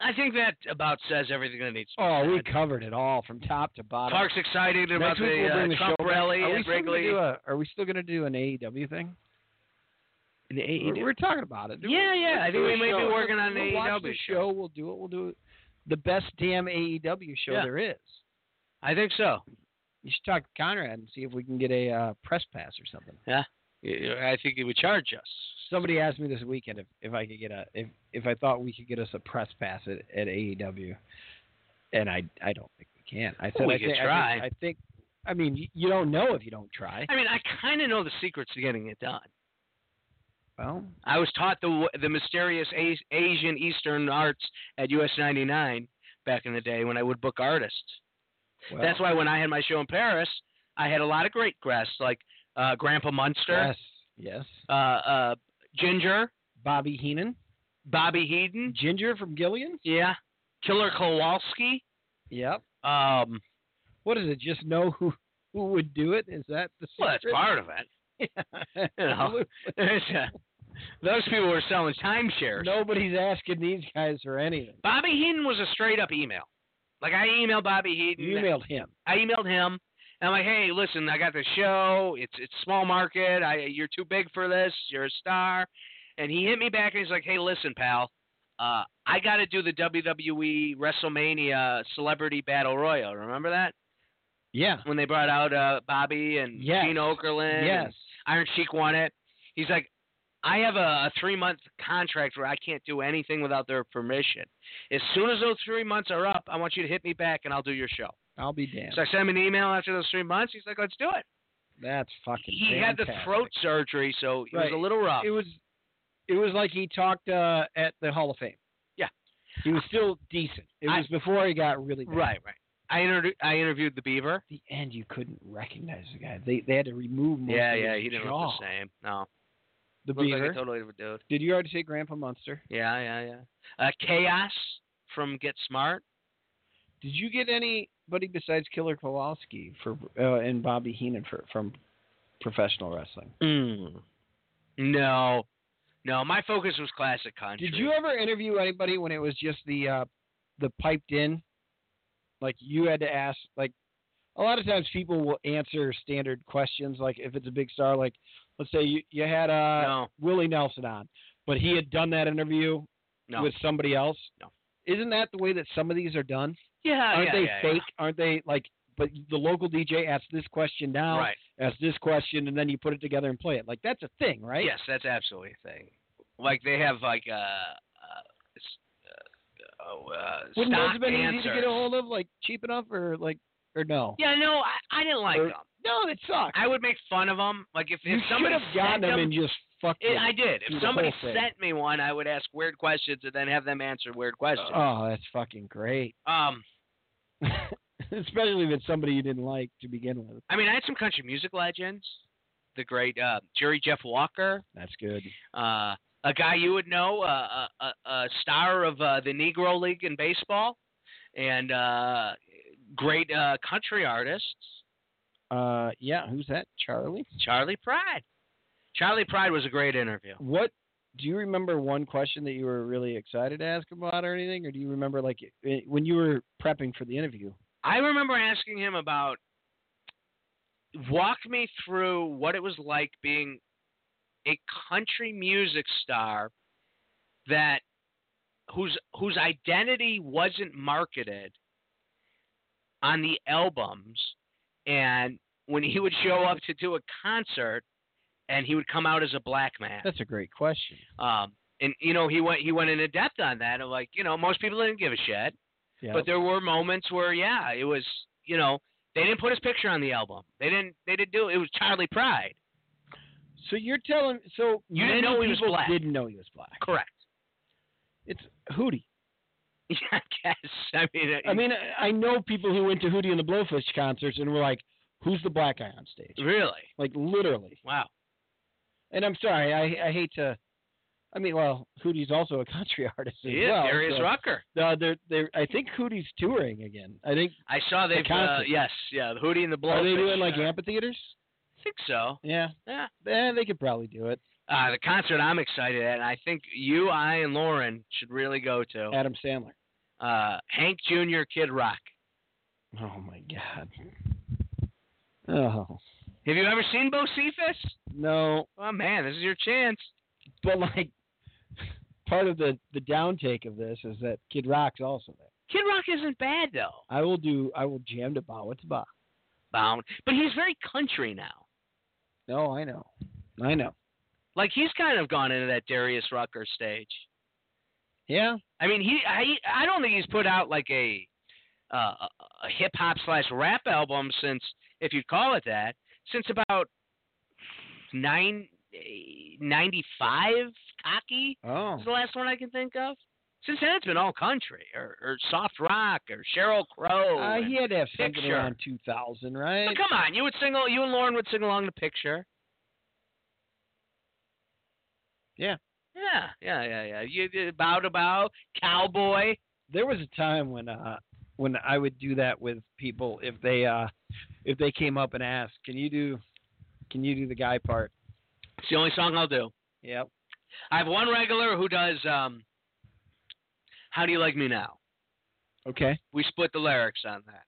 Speaker 2: I think that about says everything that needs. to be
Speaker 3: Oh, we
Speaker 2: said.
Speaker 3: covered it all from top to bottom.
Speaker 2: Park's excited about
Speaker 3: Next week
Speaker 2: the,
Speaker 3: we'll bring
Speaker 2: uh,
Speaker 3: the
Speaker 2: Trump
Speaker 3: show back.
Speaker 2: rally
Speaker 3: Are we,
Speaker 2: at
Speaker 3: still gonna
Speaker 2: Wrigley.
Speaker 3: do a, are we still gonna do an AEW thing?
Speaker 2: An E
Speaker 3: We're, we're talking about it.
Speaker 2: Yeah,
Speaker 3: We'll-
Speaker 2: yeah,
Speaker 3: let's
Speaker 2: I think
Speaker 3: do
Speaker 2: we
Speaker 3: a
Speaker 2: may be
Speaker 3: show.
Speaker 2: working on E an
Speaker 3: We'll watch
Speaker 2: AEW
Speaker 3: the
Speaker 2: show.
Speaker 3: show. We'll do it. We'll do it. The best damn AEW show
Speaker 2: Yeah.
Speaker 3: there is.
Speaker 2: I think so.
Speaker 3: You should talk to Conrad and see if we can get a uh, press pass or something.
Speaker 2: Y- y- I think it would charge us.
Speaker 3: Somebody asked me this weekend if, if I could get a if, if I thought we could get us a press pass at, at AEW, and I I don't think we can. I said
Speaker 2: we
Speaker 3: I
Speaker 2: could
Speaker 3: think,
Speaker 2: try.
Speaker 3: I think, I think I mean y- you don't know if you don't try.
Speaker 2: I mean, I kind of know the secrets to getting it done.
Speaker 3: Well,
Speaker 2: I was taught the w- the mysterious a- Asian Eastern arts at US 99 back in the day when I would book artists.
Speaker 3: well
Speaker 2: That's why when I had my show in Paris, I had a lot of great guests like uh, Grandpa Munster,
Speaker 3: Yes, yes.
Speaker 2: uh, uh, Ginger,
Speaker 3: Bobby Heenan,
Speaker 2: Bobby Heaton,
Speaker 3: Ginger from Gillian.
Speaker 2: yeah, Killer Kowalski.
Speaker 3: Yep.
Speaker 2: Um,
Speaker 3: What is it? Just know who who would do it. Is that the
Speaker 2: well, that's
Speaker 3: secret?
Speaker 2: part of it.
Speaker 3: (laughs)
Speaker 2: You know, (laughs) those people were selling timeshares.
Speaker 3: Nobody's asking these guys for anything.
Speaker 2: Bobby Heaton was a straight up email. Like I emailed Bobby Heaton.
Speaker 3: You emailed him.
Speaker 2: I emailed him. And I'm like, hey, listen, I got this show. It's it's small market. I you're too big for this. You're a star. And he hit me back and he's like, hey, listen, pal. Uh, I got to do the WWE WrestleMania Celebrity Battle Royal. Remember that
Speaker 3: Yeah.
Speaker 2: when they brought out uh, Bobby and
Speaker 3: Yes.
Speaker 2: Gene Okerlund? and
Speaker 3: Yes.
Speaker 2: Iron Sheik won it. He's like, I have a, a three month contract where I can't do anything without their permission. As soon as those three months are up, I want you to hit me back and I'll do your show.
Speaker 3: I'll be damned.
Speaker 2: So I sent him an email after those three months. He's like, let's do it.
Speaker 3: That's fucking.
Speaker 2: He had the
Speaker 3: fantastic.
Speaker 2: throat surgery, so it
Speaker 3: Right.
Speaker 2: was a little rough.
Speaker 3: It was. It was like he talked uh, at the Hall of Fame.
Speaker 2: Yeah.
Speaker 3: He was still decent. It
Speaker 2: I-
Speaker 3: was before he got really bad.
Speaker 2: right, right. I, inter- I interviewed the Beaver.
Speaker 3: At the end, you couldn't recognize the guy. They they had to remove most
Speaker 2: Yeah,
Speaker 3: of
Speaker 2: yeah,
Speaker 3: his
Speaker 2: he didn't
Speaker 3: jaw.
Speaker 2: look the same. No,
Speaker 3: The
Speaker 2: looked
Speaker 3: beaver.
Speaker 2: like a totally different dude.
Speaker 3: Did you already say Grandpa Munster?
Speaker 2: Yeah, yeah, yeah. Uh, Chaos from Get Smart.
Speaker 3: Did you get anybody besides Killer Kowalski for uh, and Bobby Heenan for, from professional wrestling? Hmm.
Speaker 2: Mm. No, no. My focus was classic country.
Speaker 3: Did you uh, ever interview anybody when it was just the uh, the piped in? Like you had to ask. Like a lot of times people will answer standard questions. Like if it's a big star, like let's say you you had uh,
Speaker 2: No,
Speaker 3: Willie Nelson on, but he had done that interview
Speaker 2: no.
Speaker 3: with somebody else.
Speaker 2: No. Uh,
Speaker 3: Isn't that the way that some of these are done?
Speaker 2: yeah,
Speaker 3: Aren't
Speaker 2: yeah,
Speaker 3: they
Speaker 2: yeah, yeah.
Speaker 3: fake? Aren't they like? But the local DJ asks this question now,
Speaker 2: Right.
Speaker 3: asks this question, and then you put it together and play it. Like that's a thing, right?
Speaker 2: Yes, that's absolutely a thing. Like they have like uh, uh, s- uh, oh, uh
Speaker 3: Wouldn't those
Speaker 2: stock
Speaker 3: have been easy to
Speaker 2: answers.
Speaker 3: get a hold of, like cheap enough, or like, or no?
Speaker 2: Yeah, no, I, I didn't like
Speaker 3: Or-
Speaker 2: them.
Speaker 3: No, it sucks.
Speaker 2: I would make fun of them. Like if,
Speaker 3: you
Speaker 2: if
Speaker 3: should
Speaker 2: somebody
Speaker 3: have gotten
Speaker 2: sent them,
Speaker 3: them and just fucked
Speaker 2: it,
Speaker 3: them.
Speaker 2: I did.
Speaker 3: through
Speaker 2: If
Speaker 3: the
Speaker 2: somebody
Speaker 3: whole thing.
Speaker 2: sent me one, I would ask weird questions and then have them answer weird questions.
Speaker 3: Oh, that's fucking great. (laughs)
Speaker 2: um,
Speaker 3: Especially if it's somebody you didn't like to begin with.
Speaker 2: I mean, I had some country music legends. The great uh, Jerry Jeff Walker,
Speaker 3: That's good.
Speaker 2: uh, a guy you would know, uh, a, a, a star of uh, the Negro League in baseball, and uh, great uh, country artists,
Speaker 3: Uh, yeah. Who's that? Charlie.
Speaker 2: Charlie Pride. Charlie Pride was a great interview.
Speaker 3: What do you remember? One question that you were really excited to ask about, or anything, or do you remember like it- when you were prepping for the interview?
Speaker 2: I remember asking him about walk me through what it was like being a country music star that whose whose identity wasn't marketed on the albums and when he would show up to do a concert and he would come out as a black
Speaker 3: (laughs)
Speaker 2: man
Speaker 3: That's a great question.
Speaker 2: um and you know he went he went into depth on that of like you know most people didn't give a shit
Speaker 3: Yeah.
Speaker 2: but there were moments where, yeah, it was, you know, they didn't put his picture on the album. They didn't. They didn't do it. It was Charlie Pride.
Speaker 3: so you're telling so
Speaker 2: You didn't
Speaker 3: many
Speaker 2: know he was
Speaker 3: people
Speaker 2: black.
Speaker 3: didn't know he was black.
Speaker 2: Correct. (laughs)
Speaker 3: It's Hootie.
Speaker 2: Yeah, I guess. I mean, it-
Speaker 3: I mean, I I know people who went to Hootie and the Blowfish concerts and were like, "Who's the black guy on stage?"
Speaker 2: really.
Speaker 3: Like literally.
Speaker 2: Wow.
Speaker 3: And I'm sorry, I I hate to. I mean, well, Hootie's also a country (laughs) artist as
Speaker 2: He is
Speaker 3: well.
Speaker 2: Darius
Speaker 3: so-
Speaker 2: Rucker.
Speaker 3: Uh, they're they're. I think Hootie's touring again. I think.
Speaker 2: I saw they've. Uh,
Speaker 3: concert.
Speaker 2: yes. Yeah. The Hootie and the Blowfish.
Speaker 3: are they doing like
Speaker 2: uh,
Speaker 3: amphitheaters?
Speaker 2: I think so.
Speaker 3: Yeah.
Speaker 2: Yeah.
Speaker 3: Yeah, they could probably do it.
Speaker 2: Uh, the concert I'm excited at, and I think you, I, and Lauren should really go to.
Speaker 3: Adam Sandler.
Speaker 2: Uh, Hank Jr. Kid Rock.
Speaker 3: Oh my God. Oh
Speaker 2: Have you ever seen Bo Cephas?
Speaker 3: no,
Speaker 2: Oh man, this is your chance.
Speaker 3: but like, part of the the downtake of this is that Kid Rock's also there.
Speaker 2: Kid Rock isn't bad though.
Speaker 3: I will do. I will jam to Ba What's Ba.
Speaker 2: bound. But he's very country now.
Speaker 3: No, Oh, I know. I know.
Speaker 2: Like he's kind of gone into that Darius Rucker stage.
Speaker 3: Yeah.
Speaker 2: I mean, he I I don't think he's put out like a uh, a a hip hop slash rap album since, if you'd call it that, since about nine ninety five. Cocky
Speaker 3: Oh.
Speaker 2: is the last one I can think of. Since then, it's been all country or, or soft rock or Cheryl Crow.
Speaker 3: Uh,
Speaker 2: and-
Speaker 3: he had to have something
Speaker 2: Picture.
Speaker 3: around 2000, right?
Speaker 2: But come on, you would sing. al- You and Lauren would sing along the picture.
Speaker 3: Yeah.
Speaker 2: Yeah, yeah, yeah, yeah. You you- bow to bow, cowboy.
Speaker 3: There was a time when uh when I would do that with people if they uh if they came up and asked, "Can you do can you do the guy part?"
Speaker 2: It's the only song I'll do.
Speaker 3: Yep.
Speaker 2: I have one regular who does um, "How Do You Like Me Now."
Speaker 3: Okay.
Speaker 2: We split the lyrics on that.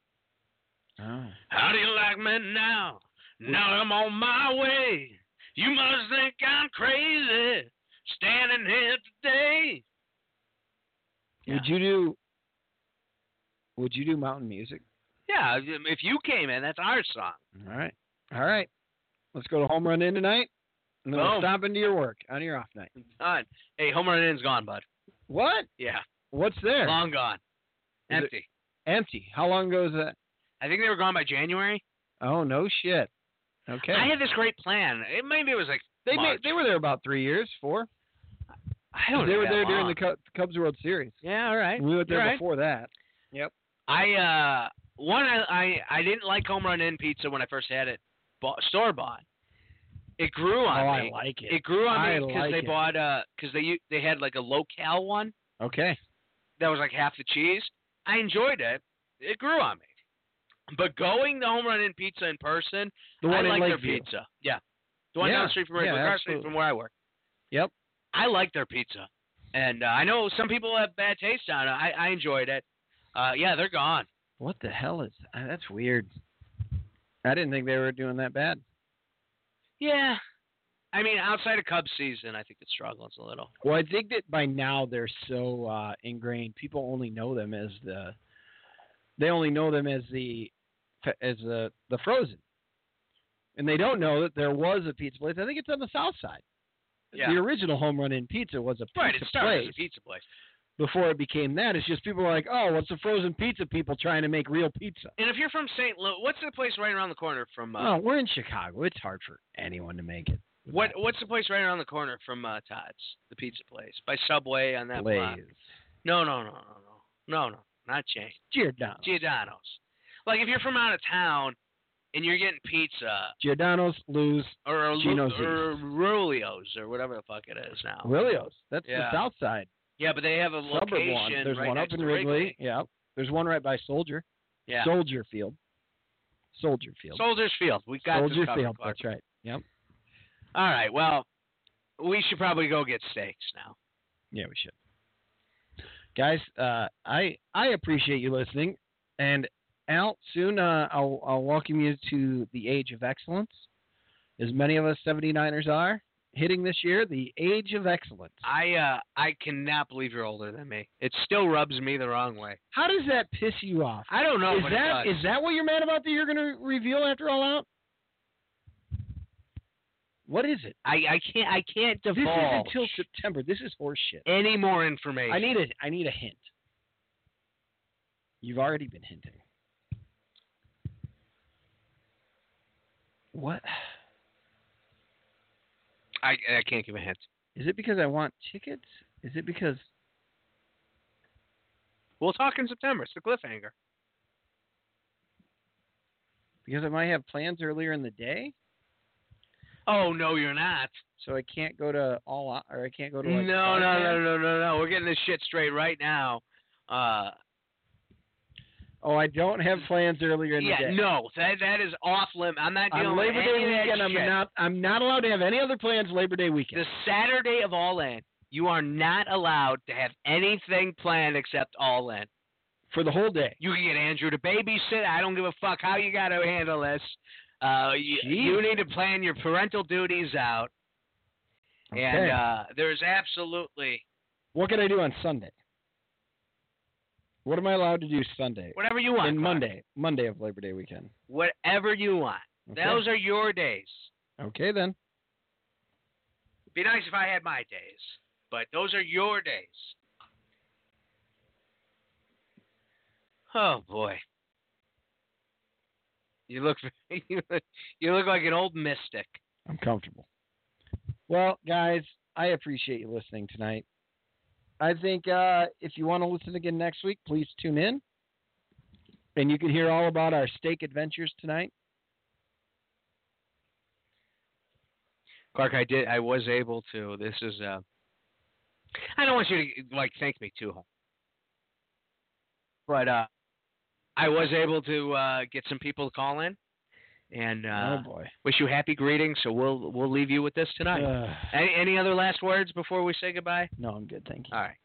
Speaker 3: Oh.
Speaker 2: How do you like me now? Now I'm on my way. You must think I'm crazy standing here today. Yeah.
Speaker 3: Would you do Would you do mountain music?
Speaker 2: Yeah, if you came in, that's our song.
Speaker 3: All right. All right. Let's go to home run in tonight. And then
Speaker 2: Boom.
Speaker 3: we'll stop into your work on your off night.
Speaker 2: (laughs) Done. Hey, home run in's gone, bud.
Speaker 3: What?
Speaker 2: Yeah,
Speaker 3: What's there?
Speaker 2: long gone,
Speaker 3: Is it-
Speaker 2: empty.
Speaker 3: Empty. How long ago was that?
Speaker 2: I think they were gone by January.
Speaker 3: Oh no shit. Okay.
Speaker 2: I had this great plan. It maybe it was like
Speaker 3: they made,
Speaker 2: March.
Speaker 3: they were there about three years, four.
Speaker 2: I don't know.
Speaker 3: they were
Speaker 2: that
Speaker 3: there during
Speaker 2: long.
Speaker 3: the Cub- Cubs World Series.
Speaker 2: Yeah, all right.
Speaker 3: We went there
Speaker 2: You're right.
Speaker 3: before that.
Speaker 2: I uh one I, I I didn't like home run in pizza when I first had it, bought, store bought. It grew
Speaker 3: oh,
Speaker 2: on me.
Speaker 3: I like it.
Speaker 2: It grew on
Speaker 3: I
Speaker 2: me because
Speaker 3: like
Speaker 2: they
Speaker 3: it.
Speaker 2: bought uh because they u- they had like a locale one
Speaker 3: Okay.
Speaker 2: that was like half the cheese. I enjoyed it. It grew on me. But going to Home Run In Pizza in person,
Speaker 3: The one
Speaker 2: I
Speaker 3: in
Speaker 2: like their
Speaker 3: Lakeview.
Speaker 2: pizza. Yeah, the one
Speaker 3: Yeah,
Speaker 2: down the street from where
Speaker 3: yeah,
Speaker 2: across the street
Speaker 3: absolutely.
Speaker 2: from where I work.
Speaker 3: Yep.
Speaker 2: I like their pizza, and uh, I know some people have bad taste on it. I I enjoyed it. Uh, yeah, they're gone.
Speaker 3: What the hell is uh, that's weird. I didn't think they were doing that bad.
Speaker 2: Yeah. I mean, outside of Cubs season, I think it struggles a
Speaker 3: (laughs)
Speaker 2: little.
Speaker 3: Well, I think that by now they're so uh, ingrained. People only know them as the they only know them as the as the the frozen, and they don't know that there was a pizza place. I think it's on the south side.
Speaker 2: Yeah.
Speaker 3: The original home run in pizza was a pizza
Speaker 2: Right, it started
Speaker 3: place
Speaker 2: as a pizza place.
Speaker 3: before it became that. It's just people are like, oh, what's the frozen pizza people trying to make real pizza?
Speaker 2: And if you're from St. Louis, what's the place right around the corner from uh,
Speaker 3: Oh, we're in Chicago. It's hard for anyone to make it.
Speaker 2: What what's the place right around the corner from uh, Todd's, the pizza place by Subway on that block?
Speaker 3: Blaze?
Speaker 2: No, no, no, no, no, no, no, not chain.
Speaker 3: Giordano.
Speaker 2: Giordano's. Like if you're from out of town and you're getting pizza
Speaker 3: Giordano's lose
Speaker 2: or a Lu-
Speaker 3: Gino's
Speaker 2: or Rulio's or whatever the fuck it is now.
Speaker 3: Willio's. That's
Speaker 2: Yeah.
Speaker 3: the south side.
Speaker 2: Yeah, but they have a
Speaker 3: suburb
Speaker 2: location
Speaker 3: one. There's
Speaker 2: right
Speaker 3: one up
Speaker 2: next
Speaker 3: in
Speaker 2: to
Speaker 3: Wrigley. Yeah. There's one right by Soldier.
Speaker 2: Yeah.
Speaker 3: Soldier Field. Soldier Field.
Speaker 2: Soldiers Field. We got
Speaker 3: Soldier
Speaker 2: this covered,
Speaker 3: Field.
Speaker 2: Clark.
Speaker 3: That's right. Yep.
Speaker 2: All right. Well, we should probably go get steaks now.
Speaker 3: Yeah, we should. Guys, uh, I I appreciate you listening, and Al, soon uh, I'll I'll welcome you to the age of excellence. As many of us 79ers are hitting this year, the age of excellence.
Speaker 2: I uh I cannot believe you're older than me. It still rubs me the wrong way.
Speaker 3: How does that piss you off?
Speaker 2: I don't know,
Speaker 3: is
Speaker 2: but it
Speaker 3: that
Speaker 2: does.
Speaker 3: is that what you're mad about that you're going to reveal after all out? What is it?
Speaker 2: I, I can't I can't
Speaker 3: This is
Speaker 2: divulge
Speaker 3: until September. This is horseshit.
Speaker 2: any more information.
Speaker 3: I need a I need a hint. You've already been hinting. What
Speaker 2: I I can't give a hint.
Speaker 3: is it because I want tickets? Is it because
Speaker 2: We'll talk in September. It's the cliffhanger.
Speaker 3: because I might have plans earlier in the day,
Speaker 2: Oh no, you're not.
Speaker 3: so I can't go to all out or I can't go to
Speaker 2: No,
Speaker 3: like
Speaker 2: no,
Speaker 3: Starman?
Speaker 2: no, no, no, no. We're getting this shit straight right now. Uh,
Speaker 3: Oh, I don't have plans earlier in the
Speaker 2: yeah,
Speaker 3: day.
Speaker 2: no, that that is off limit. I'm not dealing
Speaker 3: On Labor
Speaker 2: with
Speaker 3: Day
Speaker 2: any of that
Speaker 3: weekend, I'm
Speaker 2: shit.
Speaker 3: not I'm not allowed to have any other plans Labor Day weekend.
Speaker 2: The Saturday of All In, you are not allowed to have anything planned except All In.
Speaker 3: for the whole day.
Speaker 2: You can get Andrew to babysit. I don't give a fuck how you got to handle this. Uh, you,
Speaker 3: Jeez.
Speaker 2: you need to plan your parental duties out. And
Speaker 3: Okay.
Speaker 2: uh, there's absolutely
Speaker 3: What can I do on Sunday? What am I allowed to do Sunday?
Speaker 2: whatever you want.
Speaker 3: and
Speaker 2: Clark.
Speaker 3: Monday, Monday of Labor Day weekend.
Speaker 2: Whatever you want.
Speaker 3: Okay.
Speaker 2: Those are your days.
Speaker 3: okay then.
Speaker 2: Be nice if I had my days, but those are your days. Oh boy. You look (laughs) you look- you look like an old mystic.
Speaker 3: I'm comfortable. Well, guys, I appreciate you listening tonight. I think uh, if you want to listen again next week, please tune in. And you can hear all about our steak adventures tonight.
Speaker 2: Clark, I did. I was able to. This is. Uh, I don't want you to like thank me too hard, but uh, I was able to uh, get some people to call in, and uh,
Speaker 3: oh boy.
Speaker 2: wish you happy greetings. So we'll we'll leave you with this tonight.
Speaker 3: Ugh.
Speaker 2: any, any other last words before we say goodbye?
Speaker 3: (sighs) no, I'm good. Thank you.
Speaker 2: All right.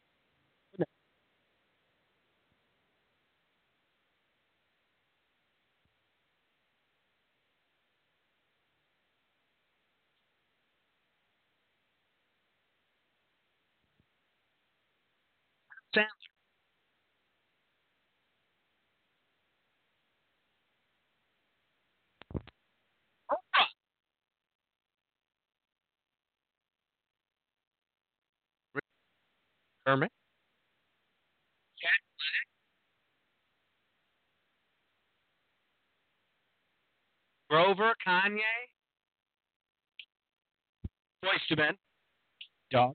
Speaker 2: Sounds Herman. Grover, Kanye, Voice to Men.
Speaker 3: Dog.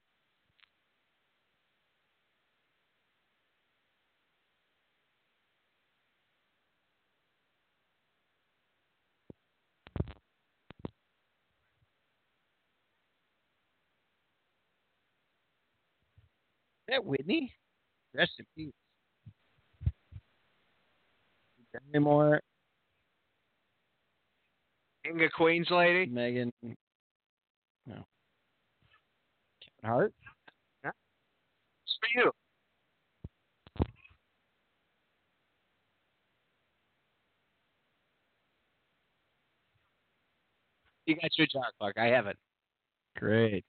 Speaker 3: Is that Whitney? Rest in peace. Demi Moore,
Speaker 2: King of Queens lady.
Speaker 3: Megan. No. Kevin Hart.
Speaker 2: It's for you. You got your job, Clark. I haven't.
Speaker 3: Great.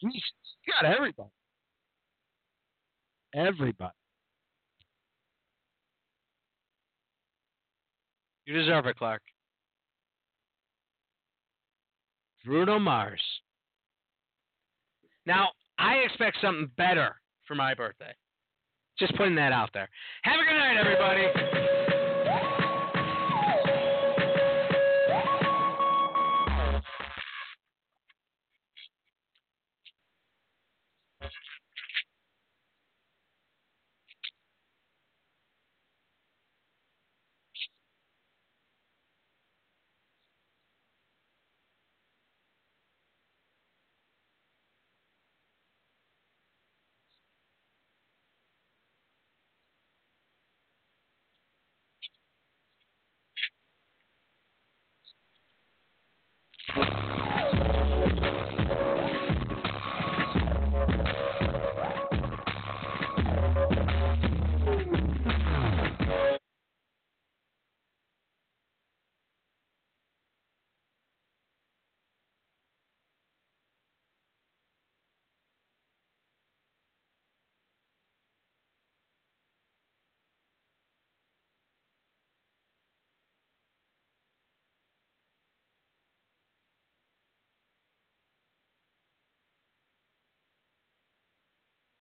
Speaker 2: Jesus.
Speaker 3: You got everybody. Everybody.
Speaker 2: You deserve it, Clark. Bruno Mars. Now, I expect something better for my birthday. Just putting that out there. Have a good night, everybody.